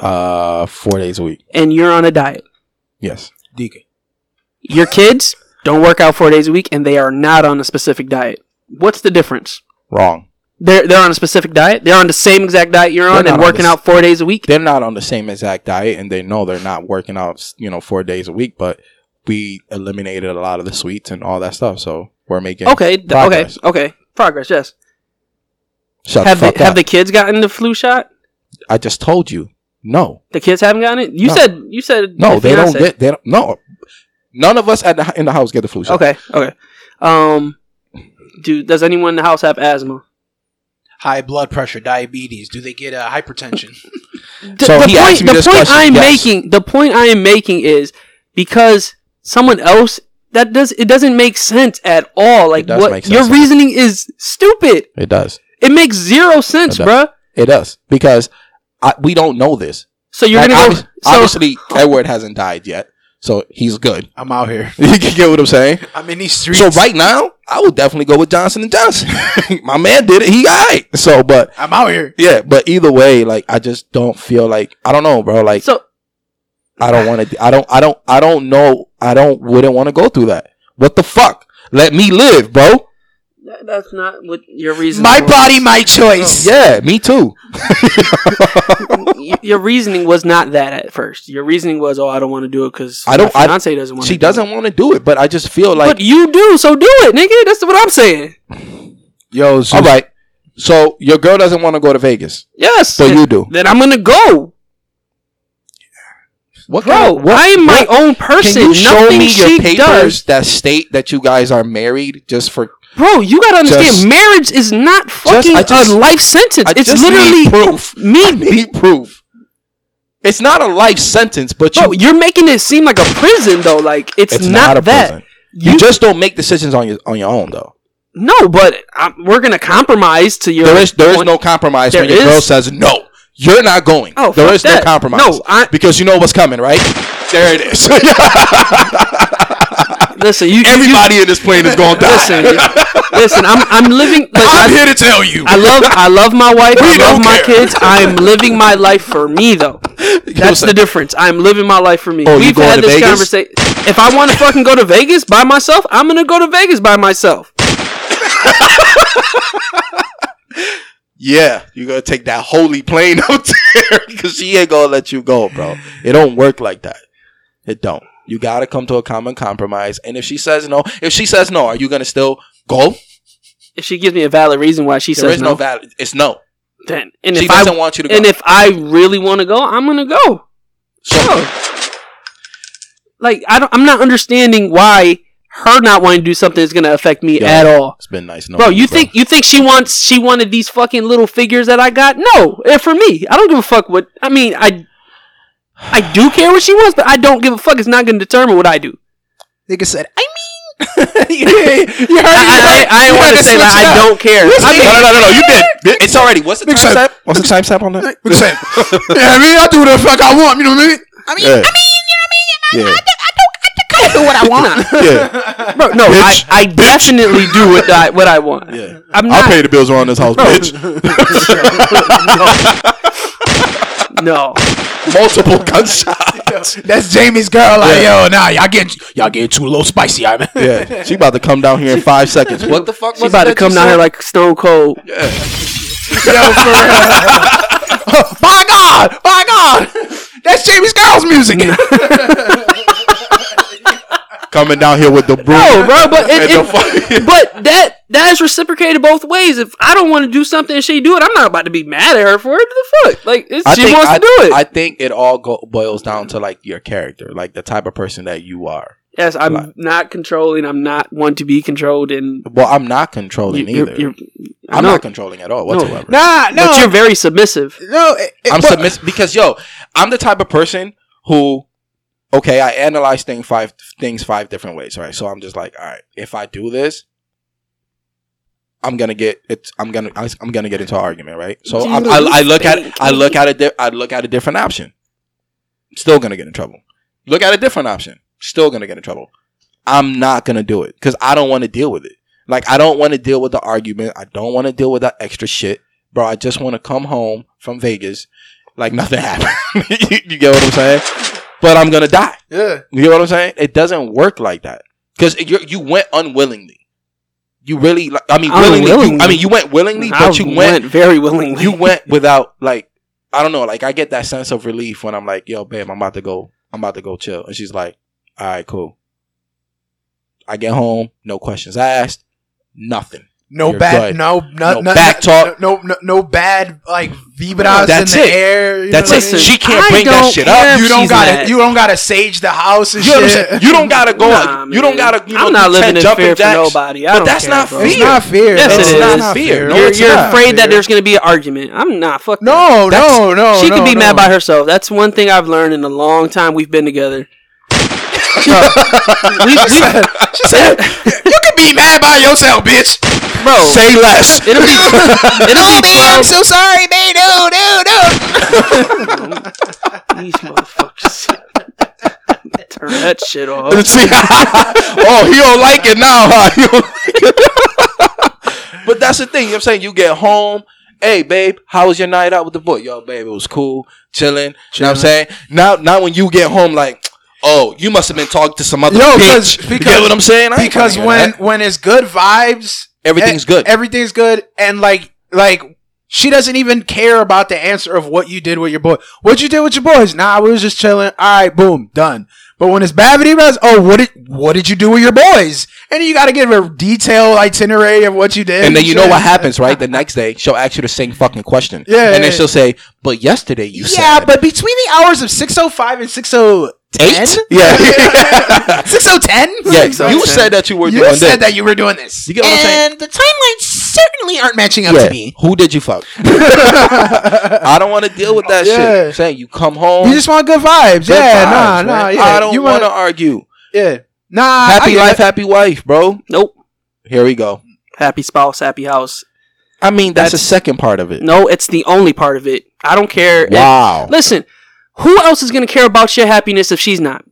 C: Uh, four days a week.
B: And you're on a diet.
C: Yes.
A: Deacon.
B: Your kids don't work out four days a week, and they are not on a specific diet. What's the difference?
C: Wrong.
B: They're they're on a specific diet. They're on the same exact diet you're on,
C: They're
B: and
C: not on
B: working
C: the s-
B: out four days a week.
C: They're not on the same exact diet, and they know they're not working out. You know, four days a week, but we eliminated a lot of the sweets and all that stuff, so we're making
B: Okay, th- okay,
C: Progress.
B: okay. Progress, yes.
C: Shut
B: Have
C: the
B: the,
C: fuck
B: have
C: up.
B: the kids gotten the flu shot?
C: I just told you no.
B: The kids haven't gotten it. You
C: No.
B: said you said
C: No,
B: your
C: they don't
B: fiancé.
C: get. They don't. No, none of us at the, in the house get the flu shot.
B: Okay, okay. Um, do does anyone in the house have asthma?
A: High blood pressure, diabetes. Do they get uh, hypertension?
B: D-
C: So
B: the
C: he
B: point,
C: asked me
B: the
C: this
B: point
C: question,
B: I'm
C: yes.
B: making, the point I am making is because someone else that does it doesn't make sense at all. Like
C: does
B: what
C: make
B: your
C: sense.
B: reasoning is stupid.
C: It does.
B: It makes zero sense,
C: does.
B: bruh.
C: It does because I, we don't know this.
B: So you're
C: Like,
B: gonna go.
C: obvi-
B: so
C: obviously, Edward hasn't died yet, so he's good.
A: I'm out here.
C: you get what I'm saying?
A: I'm in these streets.
C: So right now, I would definitely go with Johnson and Johnson. My man did it. He all right. So, but
A: I'm out here.
C: yeah, but either way, like I just don't feel like I don't know, bro. Like
B: so
C: I don't want to. I don't. I don't. I don't know. I don't. Wouldn't want to go through that. What the fuck? Let me live, bro.
B: that- that's not what your reasoning.
A: My
B: was.
A: body, my choice.
C: Yeah, me too.
B: Y- your reasoning was not that at first. Your reasoning was, oh, I don't want to do it because
C: I don't-
B: My
C: I-
B: fiance doesn't want.
C: She doesn't want to do it, but I just feel like
B: but you do, so do it, nigga. That's what I'm saying.
A: Yo,
C: all right. So your girl doesn't want to go to Vegas,
B: Yes.
C: but you do.
B: Then I'm gonna go.
C: What
B: Bro,
C: kind of- what-
B: I am my
C: what-
B: own person.
C: Can you show
B: Nothing
C: me
B: she
C: your
B: does,
C: papers that state that you guys are married? Just for
B: bro. You gotta understand,
C: Just-
B: marriage is not fucking
C: I just-
B: a life sentence.
C: I
B: it's
C: just
B: literally
C: need proof. I
B: me,
C: need proof. It's not a life sentence, but
B: bro.
C: you.
B: You're making it seem like a prison, though. Like it's, not, that.
C: prison. You,
B: You-
C: just don't make decisions on your on your own, though.
B: No, but um we're gonna compromise to your.
C: There is there is
B: point.
C: no compromise when
B: There
C: your girl
B: is-
C: says no. You're not going.
B: Oh,
C: there
B: fuck
C: is
B: that.
C: no compromise.
B: No, I-
C: because you know what's coming, right? There it is.
B: Listen, you.
C: Everybody in this plane is going to
B: you,
C: die.
B: listen, listen. I'm I'm living. Like,
C: I'm
B: I,
C: here to tell you.
B: I love I love my wife. I love
C: don't
B: my
C: care.
B: kids. I'm living my life for me though. That's the difference. I'm living my life for me.
C: Oh, you
B: We've
C: going
B: had
C: to
B: this
C: Vegas?
B: conversation. If I want to fucking go to Vegas by myself, I'm gonna go to Vegas by myself.
C: Yeah, you gotta take that holy plane out there because she ain't gonna let you go, bro. It don't work like that. It don't. You gotta come to a common compromise. And if she says no, if she says no, are you gonna still go?
B: If she gives me a valid reason why she
C: There
B: says
C: is no,
B: no,
C: valid. It's no.
B: then and
C: she
B: if I
C: doesn't want you to go.
B: and if I really want to go, I'm gonna go.
C: so,
B: Like I don't, I'm not understanding why her not wanting to do something is gonna affect me
C: Yeah.
B: at all.
C: it's been nice. knowing
B: Bro, you think you think she wants she wanted these fucking little figures that I got? No, they're for me. I don't give a fuck what I mean. I I do care what she wants, but I don't give a fuck. It's not going to determine what I do.
A: Nigga said, I
B: I, I, I, I didn't want to say that I don't care. I mean,
C: no, no, no, no. You did. It's already. What's the time step? What's the time step on that?
A: mean, yeah, I mean, I do whatever the fuck I want. You know what I mean?
C: I mean, yeah. I mean, you know what I mean. Yeah,
B: bro, no,
C: Bitch.
B: I, I definitely do what I what I want.
C: yeah.
B: I'm
C: I'll
B: not.
C: pay the bills around this
A: Oh.
C: house, bitch.
B: No,
C: Multiple gunshots.
A: That's Jamie's girl. Like, yo, nah, y'all get y'all get too low spicy. I mean,
C: Yeah, she about to come down here in five seconds. What the fuck?
B: she about to come down here like Stone Cold.
A: my God, my God, that's Jamie Scott's music.
H: Coming down here with the broom.
B: No, bro, but it,
H: and
B: it,
H: the fucking-
B: but that that is reciprocated both ways. If I don't want to do something and she do it, I'm not about to be mad at her for it. The fuck, like it's,
C: I
B: she
C: think
B: wants
C: I,
B: to do it.
C: I think it all go, boils down to like your character, like the type of person that you are.
B: yes, I'm
C: Right.
B: not controlling. I'm not one to be controlled. And
C: Well, I'm not controlling
B: you- you're-
C: either.
B: you're- I
C: I'm
B: know.
C: not controlling at all whatsoever.
A: Nah, no,
B: but you're very submissive.
A: no. It, it-
C: I'm
A: but-
C: submissive because yo, I'm the type of person who okay, I analyze thing five things five different ways, right? So I'm just like, all right, if I do this, I'm gonna get it's I'm gonna I'm gonna get into an argument, right? So I, I, I look at it, I look at a di- I look at a different option, still gonna get in trouble. Look at a different option, still gonna get in trouble. I'm not gonna do it because I don't want to deal with it. Like I don't want to deal with the argument. I don't want to deal with that extra shit, bro. I just want to come home from Vegas like nothing happened. you, you get what I'm saying? But I'm gonna die.
A: yeah.
C: You get what I'm saying? It doesn't work like that because you you went unwillingly. You really, like, I mean, willingly. you-
B: Unwillingly.
C: I mean, you went willingly, but
B: I
C: you went
B: very willingly.
C: you went without like I don't know, like I get that sense of relief when I'm like, yo, babe, I'm about to go I'm about to go chill. And she's like, All right, cool. I get home, no questions asked, nothing.
A: No
C: You're
A: bad,
C: good.
A: no, no,
C: No
A: no
C: back talk.
A: No, no, no bad like vibras in
C: That's
A: the
C: it.
A: air. you
C: That's
A: know
C: it.
A: what I mean?
B: Listen,
C: she can't
B: I
C: bring that
B: don't
C: shit
B: care
C: up.
B: if
A: You don't
B: she's
A: gotta,
B: mad.
A: you don't gotta sage the house and
C: You, know what I'm
A: shit.
C: saying? you don't gotta go.
B: Nah,
C: you
B: man.
C: don't gotta. You
B: I'm
C: know,
B: not living in
C: jump
B: fear
C: and
B: for
C: jacks.
B: nobody. I
C: But
B: don't
C: that's
B: care,
C: not
B: bro.
A: It's
C: fear.
A: not fear.
B: Yes,
A: though.
B: it
A: It's
B: is.
A: not
C: Fear.
A: fear.
C: No,
B: you're
C: it's
B: you're
C: not.
B: afraid that there's going to be an argument. I'm not. Fuck that.
A: No, no, no.
B: she
A: Oh, no,
B: could be
A: no.
B: mad by herself. That's one thing I've learned in a long time we've been together. Bro, we- we-
A: She said, "You could be mad by yourself, bitch."
B: bro,
C: Say less.
B: it'll be it'll be
E: I'm
B: 12
E: so sorry, man. No, no, no.
B: These motherfuckers. Turn that shit off.
C: See? oh, he don't like it now, huh? He don't like it. but that's the thing. You know what I'm saying? You get home. Hey, babe, how was your night out with the boy? Yo, babe, it was cool. Chilling. You know what I'm saying? Now, now when you get home, like, oh, you must have been talking to some other
A: Yo, 'cause-
C: bitch. you
A: because-
C: get what I'm saying? I ain't
A: Because
C: trying to hear
A: when
C: that.
A: when it's good vibes,
C: everything's
A: e-
C: good.
A: Everything's good, and like like she doesn't even care about the answer of what you did with your boy. What you did with your boys? Nah, we was just chilling. All right, boom, done. But when it's bad video, oh, what did what did you do with your boys? And you got to give a detailed itinerary of what you did,
C: and then you know
A: shit.
C: what happens, right? The next day, she'll ask you the same fucking question.
A: Yeah,
C: And
A: yeah,
C: then
A: yeah.
C: she'll say, but yesterday you
A: Yeah,
C: said.
A: but between the hours of six oh five and six oh
C: Eight? Yeah.
A: six oh ten,
C: yeah. You said that you were
A: you
C: doing this.
A: said that you were doing this.
C: You get what I'm saying?
E: And the timelines certainly aren't matching up
C: Yeah.
E: to me.
C: Who did you fuck? I don't want to deal with that
A: Yeah.
C: shit. I'm saying you come home.
A: You just want good vibes.
C: good
A: yeah,
C: vibes,
A: nah,
C: man.
A: nah, yeah.
C: I don't
A: you
C: want to argue.
A: Yeah. Nah. I
C: Happy
A: get
C: life,
A: it.
C: happy wife, bro.
B: Nope.
C: Here we go.
B: Happy spouse, happy house.
C: I mean, that's, the second part of it.
B: No, it's the only part of it. I don't care. if-
C: Wow.
B: listen, who else is going to care about your happiness if she's not?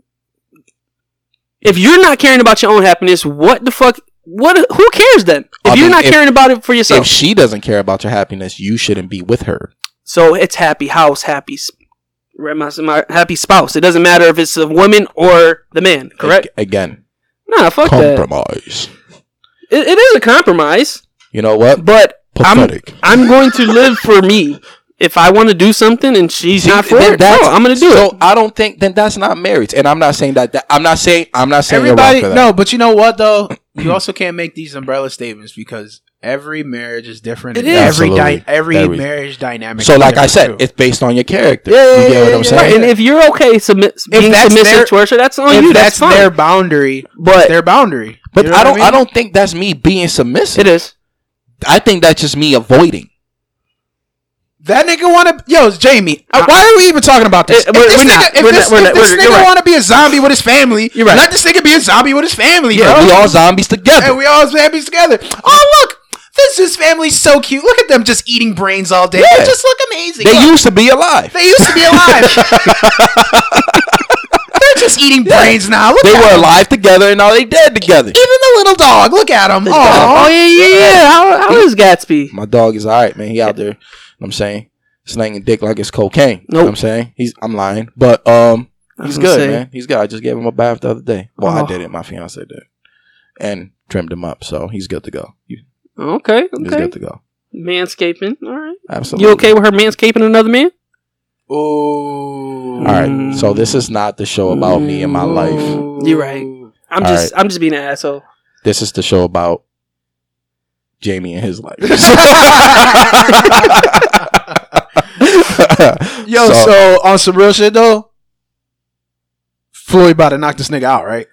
B: If you're not caring about your own happiness, what the fuck? What? Who cares then? If
C: I
B: you're
C: mean,
B: not
C: if-
B: caring about it for
C: If
B: yourself,
C: she doesn't care about your happiness, you shouldn't be with her.
B: so it's happy house, happy, s- right, my, my happy spouse. It doesn't matter if it's the woman or the man. Correct?
C: Ag- again,
B: Nah, fuck that.
C: compromise.
B: It, it is a compromise,
C: You know what?
B: but I'm
C: Pathetic.
B: I'm going to live for me. If I want to do something and she's not for
C: Then
B: it, no,
C: that's-
B: I'm gonna do
C: so
B: it.
C: I don't think then that's not marriage, and I'm not saying that. that I'm not saying. I'm not saying
A: Everybody.
C: you're wrong for that.
A: No, but you know what though? You also can't make these umbrella statements because every marriage is different.
B: It
A: and
B: is.
A: Every di-
C: Absolutely.
A: every
C: Every-
A: marriage dynamic.
C: So,
A: is
C: like I
A: different,
C: said,
A: too.
C: it's based on your character.
A: Yeah, yeah,
C: you get
A: yeah,
C: what
A: yeah,
C: I'm
A: yeah.
C: saying?
B: Right, and if you're okay submit, being
A: that's
B: submissive
A: their-
B: towards her, that's on
A: if
B: you. That's,
A: that's,
B: fine.
A: their boundary.
B: but
A: Their boundary.
C: But
A: You know
C: I
A: what
C: don't. I,
A: mean?
C: don't think that's me being submissive.
B: it is.
C: I think that's just me avoiding.
A: That nigga want to. Yo, Jamie. uh,
B: I-
A: why are we even talking about this?
B: Eh, we're-
A: this
B: we're
A: nigga,
B: not.
A: If
B: We're
A: this,
B: not- we're
A: if
B: not-
A: this
B: we're-
A: nigga
B: you're right.
A: want to be a zombie with his family,
B: You're right.
A: let this nigga be a zombie with his family,
C: Yeah,
A: bro.
C: we all zombies together.
A: and we all zombies together. Oh look, this is family's so cute. Look at them just eating brains all day.
C: Yeah.
A: They just look amazing.
C: they
A: Look,
C: used to be alive.
A: they used to be alive. They're just eating brains now. Look
C: They
A: at
C: were
A: them.
C: alive together, and now they dead together.
A: Even the little dog. Look at him.
B: Oh
A: Oh,
B: yeah, yeah, yeah. How, how is Gatsby?
C: My dog is all right, man. He out there. I'm saying slanging dick like it's cocaine. You know what
B: Nope.
C: I'm saying he's. I'm lying, but um,
B: I was
C: he's
B: gonna
C: good,
B: say,
C: man. He's good. I just gave him a bath the other day. Well,
B: Oh.
C: I did it. My fiance did, and trimmed him up, so he's good to go. He's
B: Okay,
C: good
B: okay.
C: to go.
B: Manscaping. All right.
C: Absolutely.
B: You okay with her manscaping another man?
C: All
B: Mm.
C: right. So this is not the show about me and my life.
B: You're right. I'm
C: All
B: just I'm just being an asshole.
C: This is the show about Jamie and his life.
A: Yo, so, on some real shit though, Floyd about to knock this nigga out, right?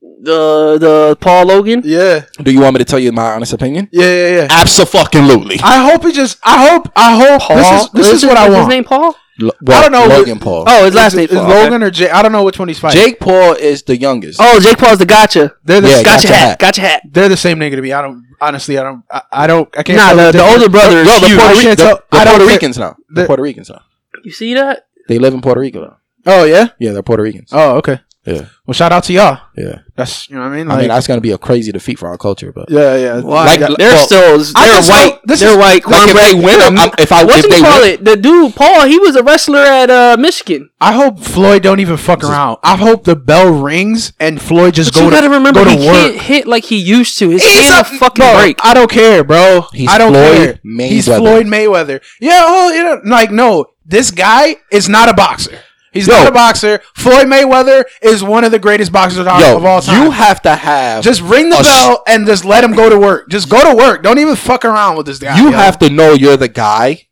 B: The the Paul Logan.
A: Yeah,
C: do you want me to tell you my honest opinion?
A: yeah, yeah, yeah.
C: Absolutely.
A: I hope he just. I hope. I hope. this is, this is what I
B: Is
A: want.
B: His name Paul.
A: I don't know.
C: Logan Paul.
B: Oh, his last
A: Is-
B: name
A: is
B: Paul, okay.
A: Logan or Jake. I don't know which one he's fighting.
C: Jake Paul is the youngest.
B: Oh, Jake Paul's the gotcha.
A: They're the,
C: Yeah,
B: Gotcha,
C: Gotcha
B: hat.
C: hat.
B: Gotcha hat.
A: they're the same nigga to me. I don't. Honestly, I don't. I, I don't. I can't.
B: Nah,
A: tell
B: the, the
A: difference.
B: older brother is
C: Yo, the
B: huge.
C: Puerto,
A: I
C: Rican,
A: can't tell-
C: the, the
A: I don't
C: Puerto
A: care.
C: Ricans now. The,
A: The-
C: Puerto Ricans now.
B: You see that?
C: They live in Puerto Rico now.
A: Oh yeah.
C: Yeah, they're Puerto Ricans.
A: Oh okay.
C: Yeah.
A: Well, shout out to y'all.
C: Yeah.
A: That's you know what I mean.
C: I
A: Like,
C: mean, that's going to be a crazy defeat for our culture, but.
A: yeah, yeah.
C: Like,
A: Like,
B: They're
C: well,
B: still
A: I
B: they're
A: just
B: white.
A: hope- this
B: they're
A: is-
B: white.
C: like, if
B: cornbread
C: they win,
B: women.
C: I'm- if I
B: What's
C: if
B: he
C: they
B: call
C: win,
B: it? The dude Paul. He was a wrestler at uh, Michigan.
A: I hope Floyd don't even fuck around. I hope the bell rings and Floyd just
B: But
A: go
B: you
A: to
B: gotta remember
A: go to
B: he
A: work.
B: can't hit like he used to. His
A: He's
B: hand
A: a-
B: will fucking
A: bro,
B: break.
A: I don't care, bro.
C: He's
A: I don't
C: Floyd
A: care.
C: Mayweather.
A: He's Floyd Mayweather. Yeah, oh, you know, like no, this guy is not a boxer. He's
C: Yo.
A: not a boxer. Floyd Mayweather is one of the greatest boxers of,
C: Yo,
A: of all time.
C: you have to have.
A: just ring the
C: a s-
A: bell and just let him go to work. Just go to work. Don't even fuck around with this guy.
C: you
A: yo.
C: have to know you're the guy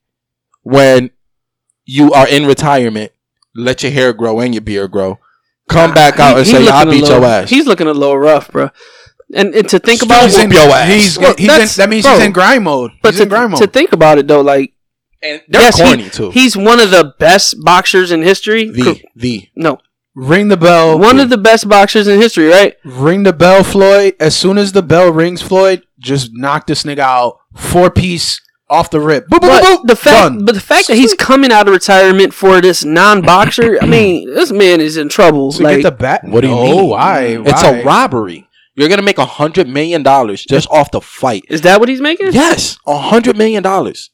C: when you are in retirement. Let your hair grow and your beard grow. Come back out
B: He-
C: and
B: he
C: say,
B: looking
C: "I'll
B: a
C: beat
B: little-
C: your ass."
B: He's looking a little rough, bro. And, and to think about
C: He's
A: He's
B: it,
A: in,
C: whoop your ass.
A: he's-
B: Well,
A: he's
B: that's-
A: in- that means
B: bro.
A: he's in grind mode.
B: but
A: he's
B: to,
A: in grind mode.
B: to think about it though, like
C: and they're
B: yes, he-
C: corny too.
B: he's one of the best boxers in history.
C: the the
B: no,
A: ring the bell.
B: one of the best boxers in history, right?
A: Ring the bell, Floyd. As soon as the bell rings, Floyd, just knock this nigga out. Four piece off the rip. Boop, boop, boop,
B: But
A: boop.
B: the fact,
A: Done.
B: but the fact that he's coming out of retirement for this non-boxer, I mean, this man is in trouble.
A: So
B: like,
A: get the bat.
C: What do you
A: no,
C: mean?
A: Why?
C: it's
A: why?
C: a robbery. You're gonna make a hundred million dollars just off the fight.
B: is that what he's making?
C: Yes, a hundred million dollars.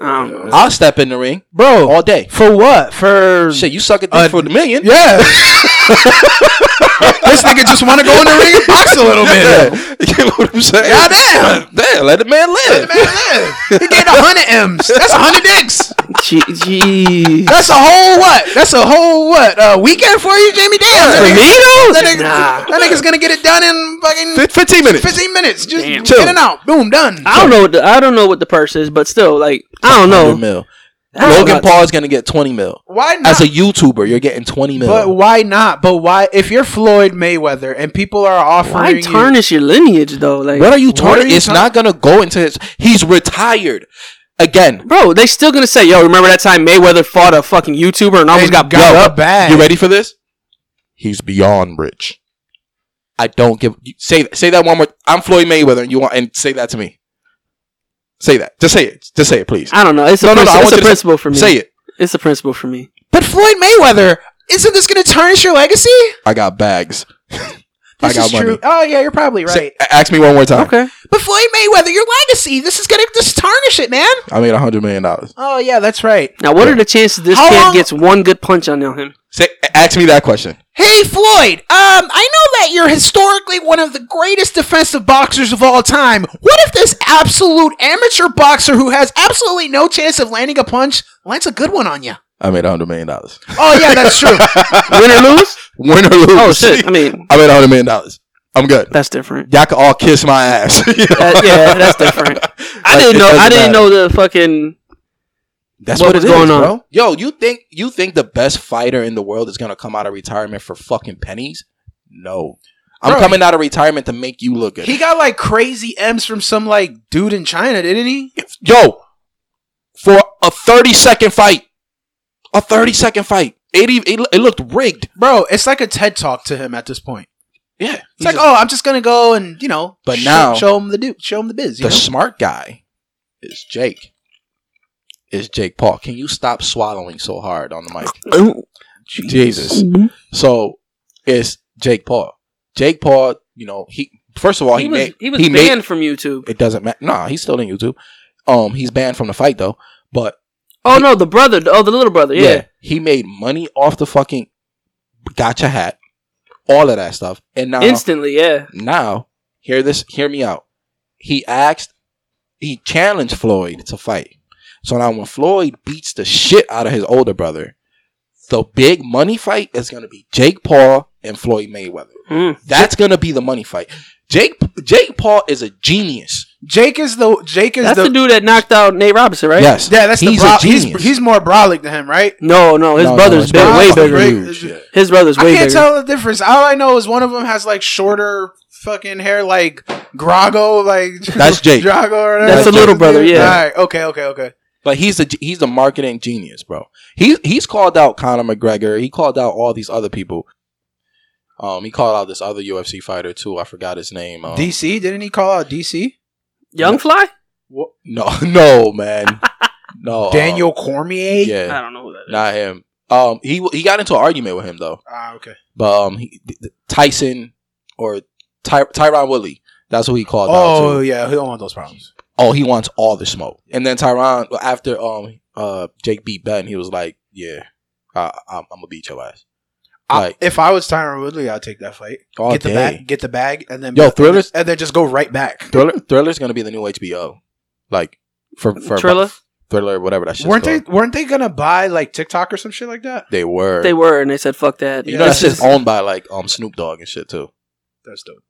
B: I don't know.
C: I'll step in the ring
A: bro.
C: all day.
A: For what? For
C: Shit, you suck at dick
A: Uh,
C: for the million.
A: yeah. this nigga just want to go in the ring and box a little bit.
C: you know what I'm saying?
A: Goddamn.
C: Damn, let the man live.
A: Man, yeah. he gained hundred m's. That's hundred dicks.
B: Gee, gee.
A: That's a whole what? That's a whole what? Uh, weekend for you, Jamie Dale?
B: For me though,
A: That, nigga,
B: nah.
A: that nigga's gonna get it done in fucking
C: Fif- 15 minutes.
A: 15 minutes. Just
B: Damn.
A: get in and out. Boom, done.
B: I don't know. What the, I don't know what the purse is, but still, like, I don't know.
C: 100 mil.
B: I don't know
C: Logan
B: about-
C: Paul is gonna get 20 mil.
A: Why not?
C: As a YouTuber, you're getting 20 mil.
A: but why not? But why? If you're Floyd Mayweather and people are offering
B: Why
A: you,
B: tarnish your lineage though? Like,
C: what are you
A: What are
C: talking?
A: you
C: It's
A: talking-
C: not gonna go into his. He's retired. Again,
B: bro, they still gonna say, "Yo, remember that time Mayweather fought a fucking YouTuber and almost
A: And
B: got,
A: got
B: blown
A: a
B: up?"
A: bag.
C: you ready for this? He's beyond rich. I don't give. you- Say say that one more. I'm Floyd Mayweather, and you want and say that to me. Say that. Just say it. Just say it, please.
B: I don't know. It's a,
C: No, no,
B: princi-
C: no, I
B: it's
C: want
B: a
C: you to say-
B: principle for me.
C: Say it.
B: It's a principle for me.
A: But Floyd Mayweather, isn't this going to tarnish your legacy?
C: I got bags. I
A: This
C: got
A: is true.
C: money.
A: Oh yeah, you're probably right.
C: Say- a- ask me one more time.
B: Okay.
A: but Floyd Mayweather, your legacy, this is going to just tarnish it, man.
C: I made a hundred million dollars.
A: Oh yeah, that's right.
B: Now, what are the chances this
A: How
B: kid
A: long-
B: gets one good punch on him?
C: Say, ask me that question.
A: Hey Floyd, um, I know that you're historically one of the greatest defensive boxers of all time. What if this absolute amateur boxer who has absolutely no chance of landing a punch lands a good one on you?
C: I made a hundred million dollars.
A: Oh yeah, that's true.
B: Win or lose?
C: Win or lose.
B: Oh shit! I mean,
C: I made a hundred million dollars. I'm good.
B: that's different.
C: Y'all can all kiss my ass. You know?
B: That- yeah, that's different. I
C: Like,
B: didn't
C: it
B: know. I
C: doesn't
B: didn't
C: matter.
B: know the fucking.
C: That's
B: what
C: what,
B: was
C: it is,
B: going on.
C: bro. Yo, you think you think the best fighter in the world is gonna come out of retirement for fucking pennies? No. I'm
A: Bro.
C: coming out of retirement to make you look good.
A: He got like crazy M's from some like dude in China, didn't he?
C: Yo, for a 30 second fight, a 30 second fight, it, ev- it, it looked rigged.
A: Bro, it's like a TED talk to him at this point.
C: Yeah.
A: It's like, oh, I'm just gonna go and you know,
C: But
A: sh-
C: now-
A: show him the do, show him the biz.
C: the
A: You know?
C: smart guy is Jake. Is Jake Paul. Can you stop swallowing so hard on the mic? Jesus. So it's Jake Paul. Jake Paul, you know, he first of all he,
B: He was
C: made
B: he was
C: he made-
B: banned from YouTube.
C: it doesn't matter. Nah, he's still in YouTube. Um he's banned from the fight though. But
B: Oh no, the brother. Oh, the little brother.
C: yeah,
B: Yeah.
C: he made money off the fucking gotcha hat, all of that stuff. And now
B: Instantly. Yeah.
C: now hear this hear me out. He asked he challenged Floyd to fight. So now when Floyd beats the shit out of his older brother, the big money fight is gonna be Jake Paul and Floyd Mayweather.
B: Mm.
C: That's gonna be the money fight. Jake Jake Paul is a genius.
A: Jake is the Jake is
B: That's the,
A: the,
B: dude that knocked out Nate Robinson, right?
C: Yes.
A: yeah. That's
C: he's
A: the bro-
C: a genius.
A: he's he's more brolic than him, right?
B: No, no, his
C: No, no,
B: brother's
C: it's
B: big,
C: Brock
B: way
A: Brock
B: bigger.
A: Brock.
C: Huge, yeah.
B: His brother's
A: I
B: way
A: can't
B: bigger.
A: tell the difference. All I know is one of them has like shorter fucking hair, like Grago, like
C: That's Jake.
A: Drago or whatever.
B: That's the little brother, yeah.
A: All right. Okay. Okay. Okay.
C: But he's a he's a marketing genius, bro. He he's called out Conor McGregor. He called out all these other people. Um, he called out this other UFC fighter too. I forgot his name. Um,
A: DC didn't he call out DC?
B: Young Fly?
C: no, no, man, no. um,
A: Daniel Cormier.
C: yeah,
B: I don't know who that is.
C: not him. Um, he he got into an argument with him though.
A: Ah. Okay.
C: But um, he, th- th- Tyson or Ty- Tyron Woodley. That's who he called out
A: Oh
C: to.
A: yeah. He don't want those problems.
C: oh, he wants all the smoke. And then Tyron, after um uh Jake beat Ben, he was like, yeah, I, I'm, I'm gonna beat your ass.
A: I,
C: Like-
A: if I was Tyron Woodley, I'd take that fight.
C: All
A: get the
C: day.
A: bag, get the bag, and then
C: Yo, Thriller's-
A: and then just go right back.
C: Thriller, Thriller's gonna be the new HBO, like for for
B: Trilla?
C: Thriller, whatever that shit.
A: weren't they? Weren't they gonna buy like TikTok or some shit like that?
C: they? They were.
B: They were, and they said, fuck that.
C: You know,
A: This
C: that's just owned by like um Snoop Dogg and shit too.
A: That's dope.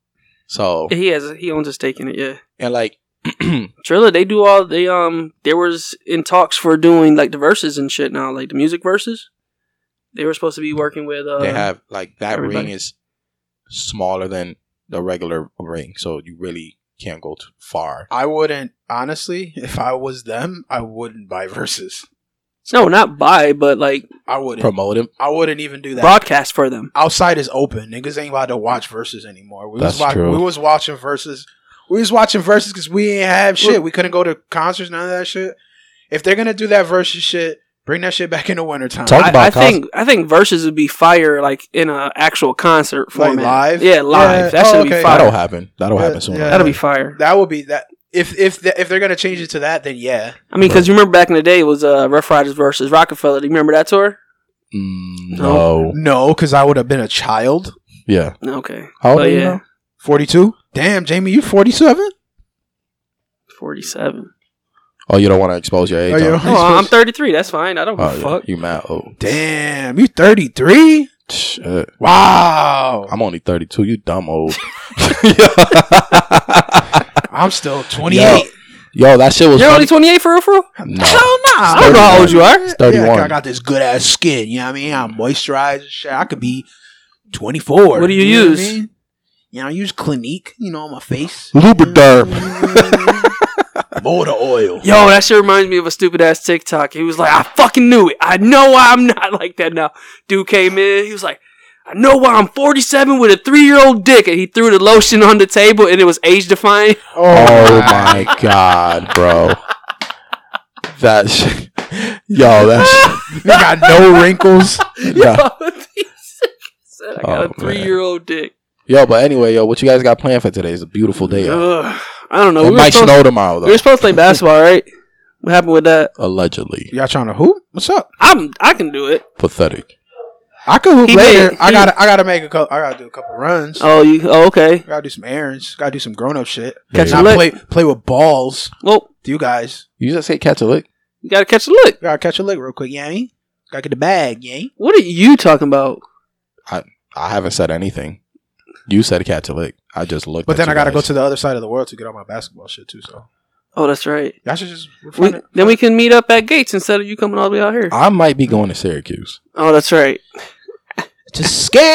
C: So
B: He has he owns a stake in it, yeah.
C: and like,
B: Trilla, they do all they um they was in talks for doing like the verses and shit now, like the music verses. They were supposed to be working with uh
C: they have like that ring
B: everybody.
C: is smaller than the regular ring, so you really can't go too far.
A: I wouldn't honestly. If I was them, I wouldn't buy versus.
B: No, not buy, but like
A: I wouldn't.
C: Promote him.
A: I wouldn't even do that.
B: broadcast for them.
A: Outside is open. Niggas ain't allowed to watch versus anymore. We
C: That's
A: was wa-
C: true.
A: We was watching versus. We was watching versus because we ain't have shit. We couldn't go to concerts, none of that shit. If they're gonna do that versus shit, bring that shit back in the wintertime.
C: Talk
B: I,
C: about
B: I
C: cons-
B: think I think verses would be fire like in a actual concert format.
A: live?
B: Yeah, live.
A: Yeah.
B: That
A: Oh,
B: should be
A: okay.
B: fire.
C: That'll happen. That'll
A: Yeah,
C: happen soon.
A: yeah.
B: That'll be fire.
A: that would be that. If if the, if they're gonna change it to that, then yeah.
B: I mean, because you remember back in the day it was uh, Rough Riders versus Rockefeller. Do you remember that tour?
C: Mm,
B: No.
C: no.
A: No, because I would have been a child.
C: Yeah.
B: Okay.
C: How old
B: But
C: are you
B: yeah,
C: now?
A: Forty two. Damn, Jamie, you forty seven.
B: 47.
C: Oh, you don't want to expose your age.
A: Are you-
C: huh?
B: No, I'm 33. That's fine. I don't give
C: Oh,
B: a
C: yeah.
B: fuck.
C: You mad? Oh,
A: Damn, you 33?
C: shit.
A: Wow. I'm,
C: I'm only 32. You dumb old.
A: still 28.
C: Yo, that shit was
B: You're only
C: funny.
B: 28 for real, for real?
C: No.
A: Hell nah.
B: I don't know how old you are.
C: It's 31.
A: Yeah, I got this good ass skin. You know what I mean? I'm moisturized and shit. I could be 24.
B: What do you
A: know what
B: use?
A: I mean? You know, I use Clinique, you know, on my face. Motor oil.
B: Yo, that shit reminds me of a stupid ass TikTok. He was like, I fucking knew it. I know why I'm not like that now. Dude came in. He was like, I know why I'm 47 with a three year old dick. And he threw the lotion on the table and it was age defying.
C: Oh my god, bro. That shit. Yo, that
A: You got no wrinkles.
C: shit. Nah.
B: He said, I got
C: Oh,
B: a three year old dick.
C: Yo, but anyway, yo, what you guys got planned for today? It's a beautiful day. Yo.
B: Ugh, I don't know.
C: it
B: We were,
C: might
B: supposed,
C: snow tomorrow,
B: we
C: though.
B: were supposed to play basketball, right? What happened with that?
C: Allegedly.
A: Y'all trying to hoop? What's up?
B: I'm I can do it.
C: Pathetic.
A: I could hoop
B: He
A: later.
B: made-
A: I
B: he-
A: gotta I gotta make a couple I gotta do a couple runs.
B: Oh, you oh, okay?
A: I gotta do some errands. Gotta do some grown up shit.
B: Catch
C: Yeah.
B: a
A: Not
B: lick.
A: play play with balls.
B: Well,
A: Do you guys?
C: You just say catch a lick?
B: you gotta catch a lick.
A: Gotta catch a lick real quick, yeah. Gotta get the bag, yeah.
B: What are you talking about?
C: I haven't said anything. You said catch a lick. I just looked
A: But
C: at
A: then I
C: you
A: gotta go
C: guys.
A: to the other side of the world to get all my basketball shit too. So
B: Oh, that's right.
A: y'all should just
B: We, then we can meet up at Gates instead of you coming all the way out here.
C: I might be going to Syracuse.
B: Oh, that's right,
A: to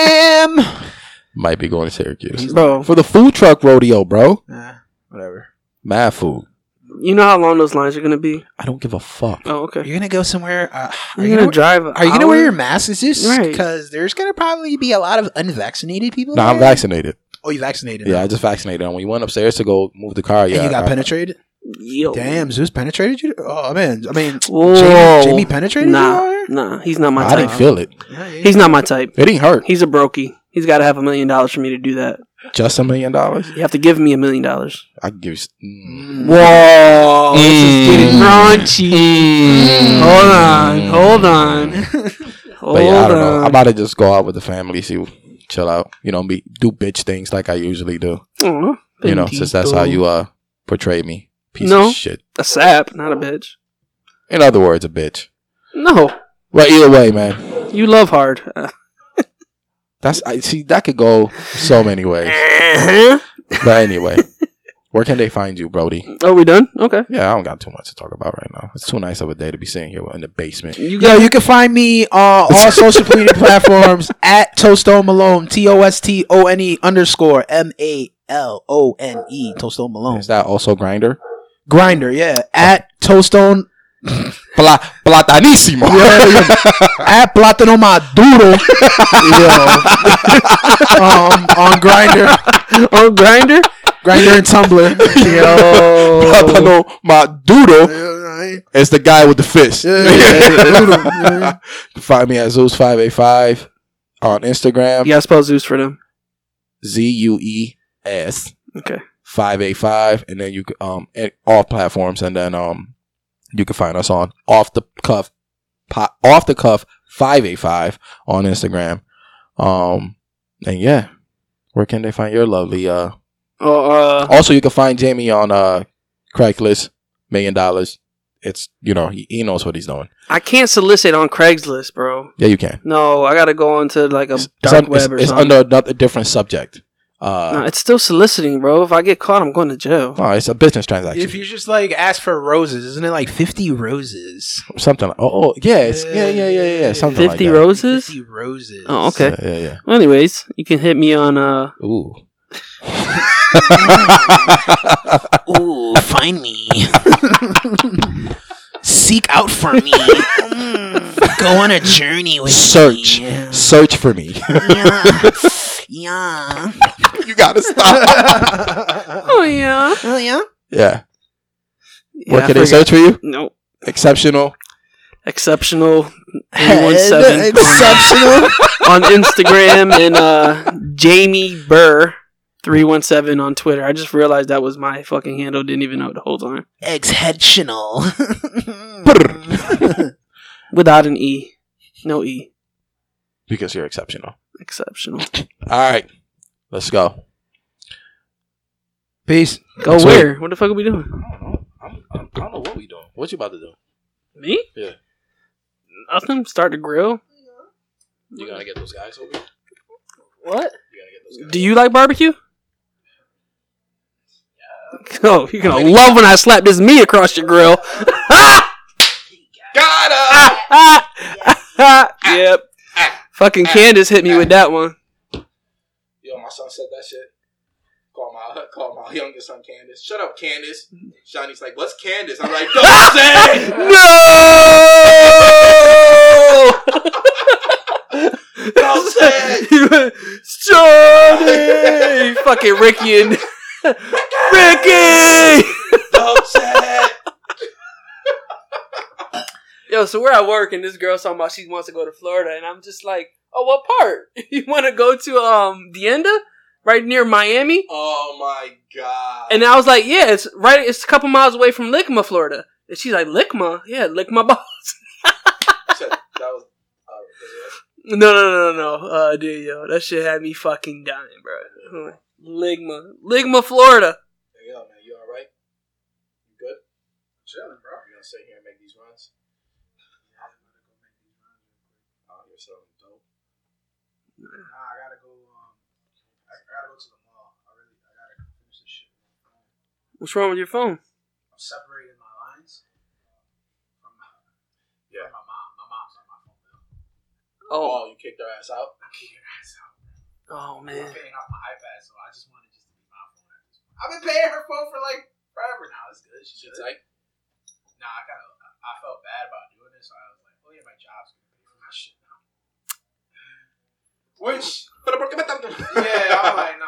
A: scam.
C: Might be going to Syracuse.
B: bro.
C: For the food truck rodeo, bro.
A: Nah, whatever.
C: Mad food.
B: You know how long those lines are gonna be.
C: I don't give a fuck.
B: Oh, okay.
A: You're gonna go somewhere. Uh,
B: You're gonna drive.
A: are you gonna wear your mask? Is this
B: Right.
A: because there's gonna probably be a lot of unvaccinated people?
C: No, I'm
A: there?
C: vaccinated.
A: Oh, you vaccinated?
C: Yeah,
A: now.
C: I just vaccinated. And when you went upstairs to go move the car,
A: And
C: yeah.
A: you got
C: I-
A: penetrated.
B: Yo.
A: Damn, Zeus penetrated you. Oh man, I mean,
B: Whoa.
A: Jamie, Jamie penetrated
B: Nah,
A: you.
B: nah. He's not my
C: I,
B: type.
C: didn't feel it.
A: out here?
B: He's not my type.
C: It didn't hurt.
B: He's a brokey. He's got to have a million dollars for me to do that.
C: Just a million dollars?
B: You have to give me a million dollars.
C: I can give you. s- Mm.
B: Whoa, this is getting
C: Mm.
B: raunchy. Hold on, hold on, hold
C: But yeah, I
B: on.
C: don't know. I'm about to just go out with the family, see, chill out. You know, be do bitch things like I usually do.
B: Aw,
C: You know, since that's how
B: Bendito.
C: you uh portray me. Piece
B: No.
C: of shit.
B: A sap, not a bitch.
C: In other words, a bitch.
B: No,
C: Well, either way, man.
B: you love hard. Uh,
C: That's I see that could go so many ways.
B: uh-huh.
C: But anyway, where can they find you, Brody?
B: Are we done? Okay.
C: Yeah, I don't got too much to talk about right now. It's too nice of a day to be sitting here in the basement.
B: You
A: Yo,
B: got
A: you can find me on all social media platforms at Tosto Malone, T O S T O N E underscore M A L O N E, Tosto Malone.
C: Is that also grinder?
A: Grinder, yeah. At Tostone,
C: Pla- platanissimo.
A: Yeah, at Platano Maduro. Yo. um, on Grinder,
B: on grinder.
A: Grinder and Tumblr. Yo.
B: Oh.
C: Platano Maduro is the guy with the fist. Find me at Zeus585 on Instagram.
B: You gotta spell Zeus for them.
C: Z U E S.
B: Okay.
C: Five eight five, and then you c- um at all platforms, and then um you can find us on off the cuff, po- off the cuff five eight five on Instagram, um and yeah, where can they find your lovely uh?
B: Oh, uh,
C: Also, you can find Jamie on uh Craigslist, million dollars. It's you know he, he knows what he's doing.
B: I can't solicit on Craigslist, bro.
C: Yeah, you can.
B: No, I gotta go onto like a
C: It's, it's,
B: dark
C: un-
B: web
C: it's,
B: or
C: it's
B: something.
C: under another different subject.
B: no,
C: Uh,
B: it's still soliciting, bro. If I get caught, I'm going to jail.
C: no, it's a business transaction.
A: If you just like ask for roses, isn't it like 50 roses?
C: something like oh, oh yeah, it's, yeah, yeah, yeah, yeah, yeah, something like
B: Fifty
C: that.
B: roses.
A: 50 roses.
B: Oh, okay.
C: Yeah, yeah, yeah.
B: Well, anyways, you can hit me on uh
C: Ooh.
F: Ooh, find me. Seek out for me. Mm, Go on a journey with
C: Search.
F: me. Yeah.
C: Search for me.
F: Yeah. yeah.
C: you gotta stop.
B: Oh yeah.
F: Oh, yeah?
C: yeah.
B: yeah
C: Where
B: I
C: can they
B: forgot.
C: search for you?
B: No.
C: Exceptional.
B: Exceptional 817
A: Exceptional.
B: on Instagram and uh Jamie Burr 317 on Twitter. I just realized that was my fucking handle. Didn't even know it the whole time.
F: Exceptional.
B: Without an E. No E.
C: Because you're exceptional.
B: Exceptional.
C: All right. Let's go.
A: Peace.
B: Go
C: Sweet.
B: where? What the fuck are we doing?
C: I don't know. I'm, I'm, I don't know what we doing. What you about to do?
B: Me?
C: Yeah.
B: Nothing. Start the grill.
C: You gotta get those guys over.
B: What? Do you like barbecue? Oh, you're gonna love when I slap this meat across your grill. Got Yep. Fucking Candace hit me with that one.
E: Yo, my son said that shit. Call my call my youngest son Candace. Shut up, Candace. Shawnee's like, what's Candace? I'm like, don't say.
B: No! Johnny! Fucking Ricky and Ricky! Yo, so we're at work and this girl's talking about she wants to go to Florida, and I'm just like, oh, what part? You want to go to um Deenda, right near Miami?
E: Oh my god.
B: And I was like, yeah, it's right. It's a couple miles away from Lickma, Florida. And she's like, Lickma, yeah, lick my balls.
E: Shit, that was. uh,
B: No, no, no, no, no. Uh, dude, yo, that shit had me fucking dying, bro. Ligma, Ligma, Florida.
E: Hey, yo, man, you all right? You good? Chilling, bro. You gonna sit here and make these runs? Yeah, I'm gonna go make these runs. Oh, you're so dope. Nah, I gotta go. Um, I I gotta go to the mall. I really, I gotta finish this shit.
B: What's wrong with your phone?
E: I'm separating my lines. From my, yeah, my mom. My mom's on my phone bill.
B: Oh,
E: you kicked her ass out. I kicked her ass out.
B: oh man.
E: I'm paying off my iPad, so I just wanted just to be my phone. at this point. I've been paying her phone for like forever now. It's good. She's good. like, nah, I kind of I felt bad about doing this, so I was like, oh yeah, my job's gonna pay for my shit now. Which, yeah, I'm like, nah.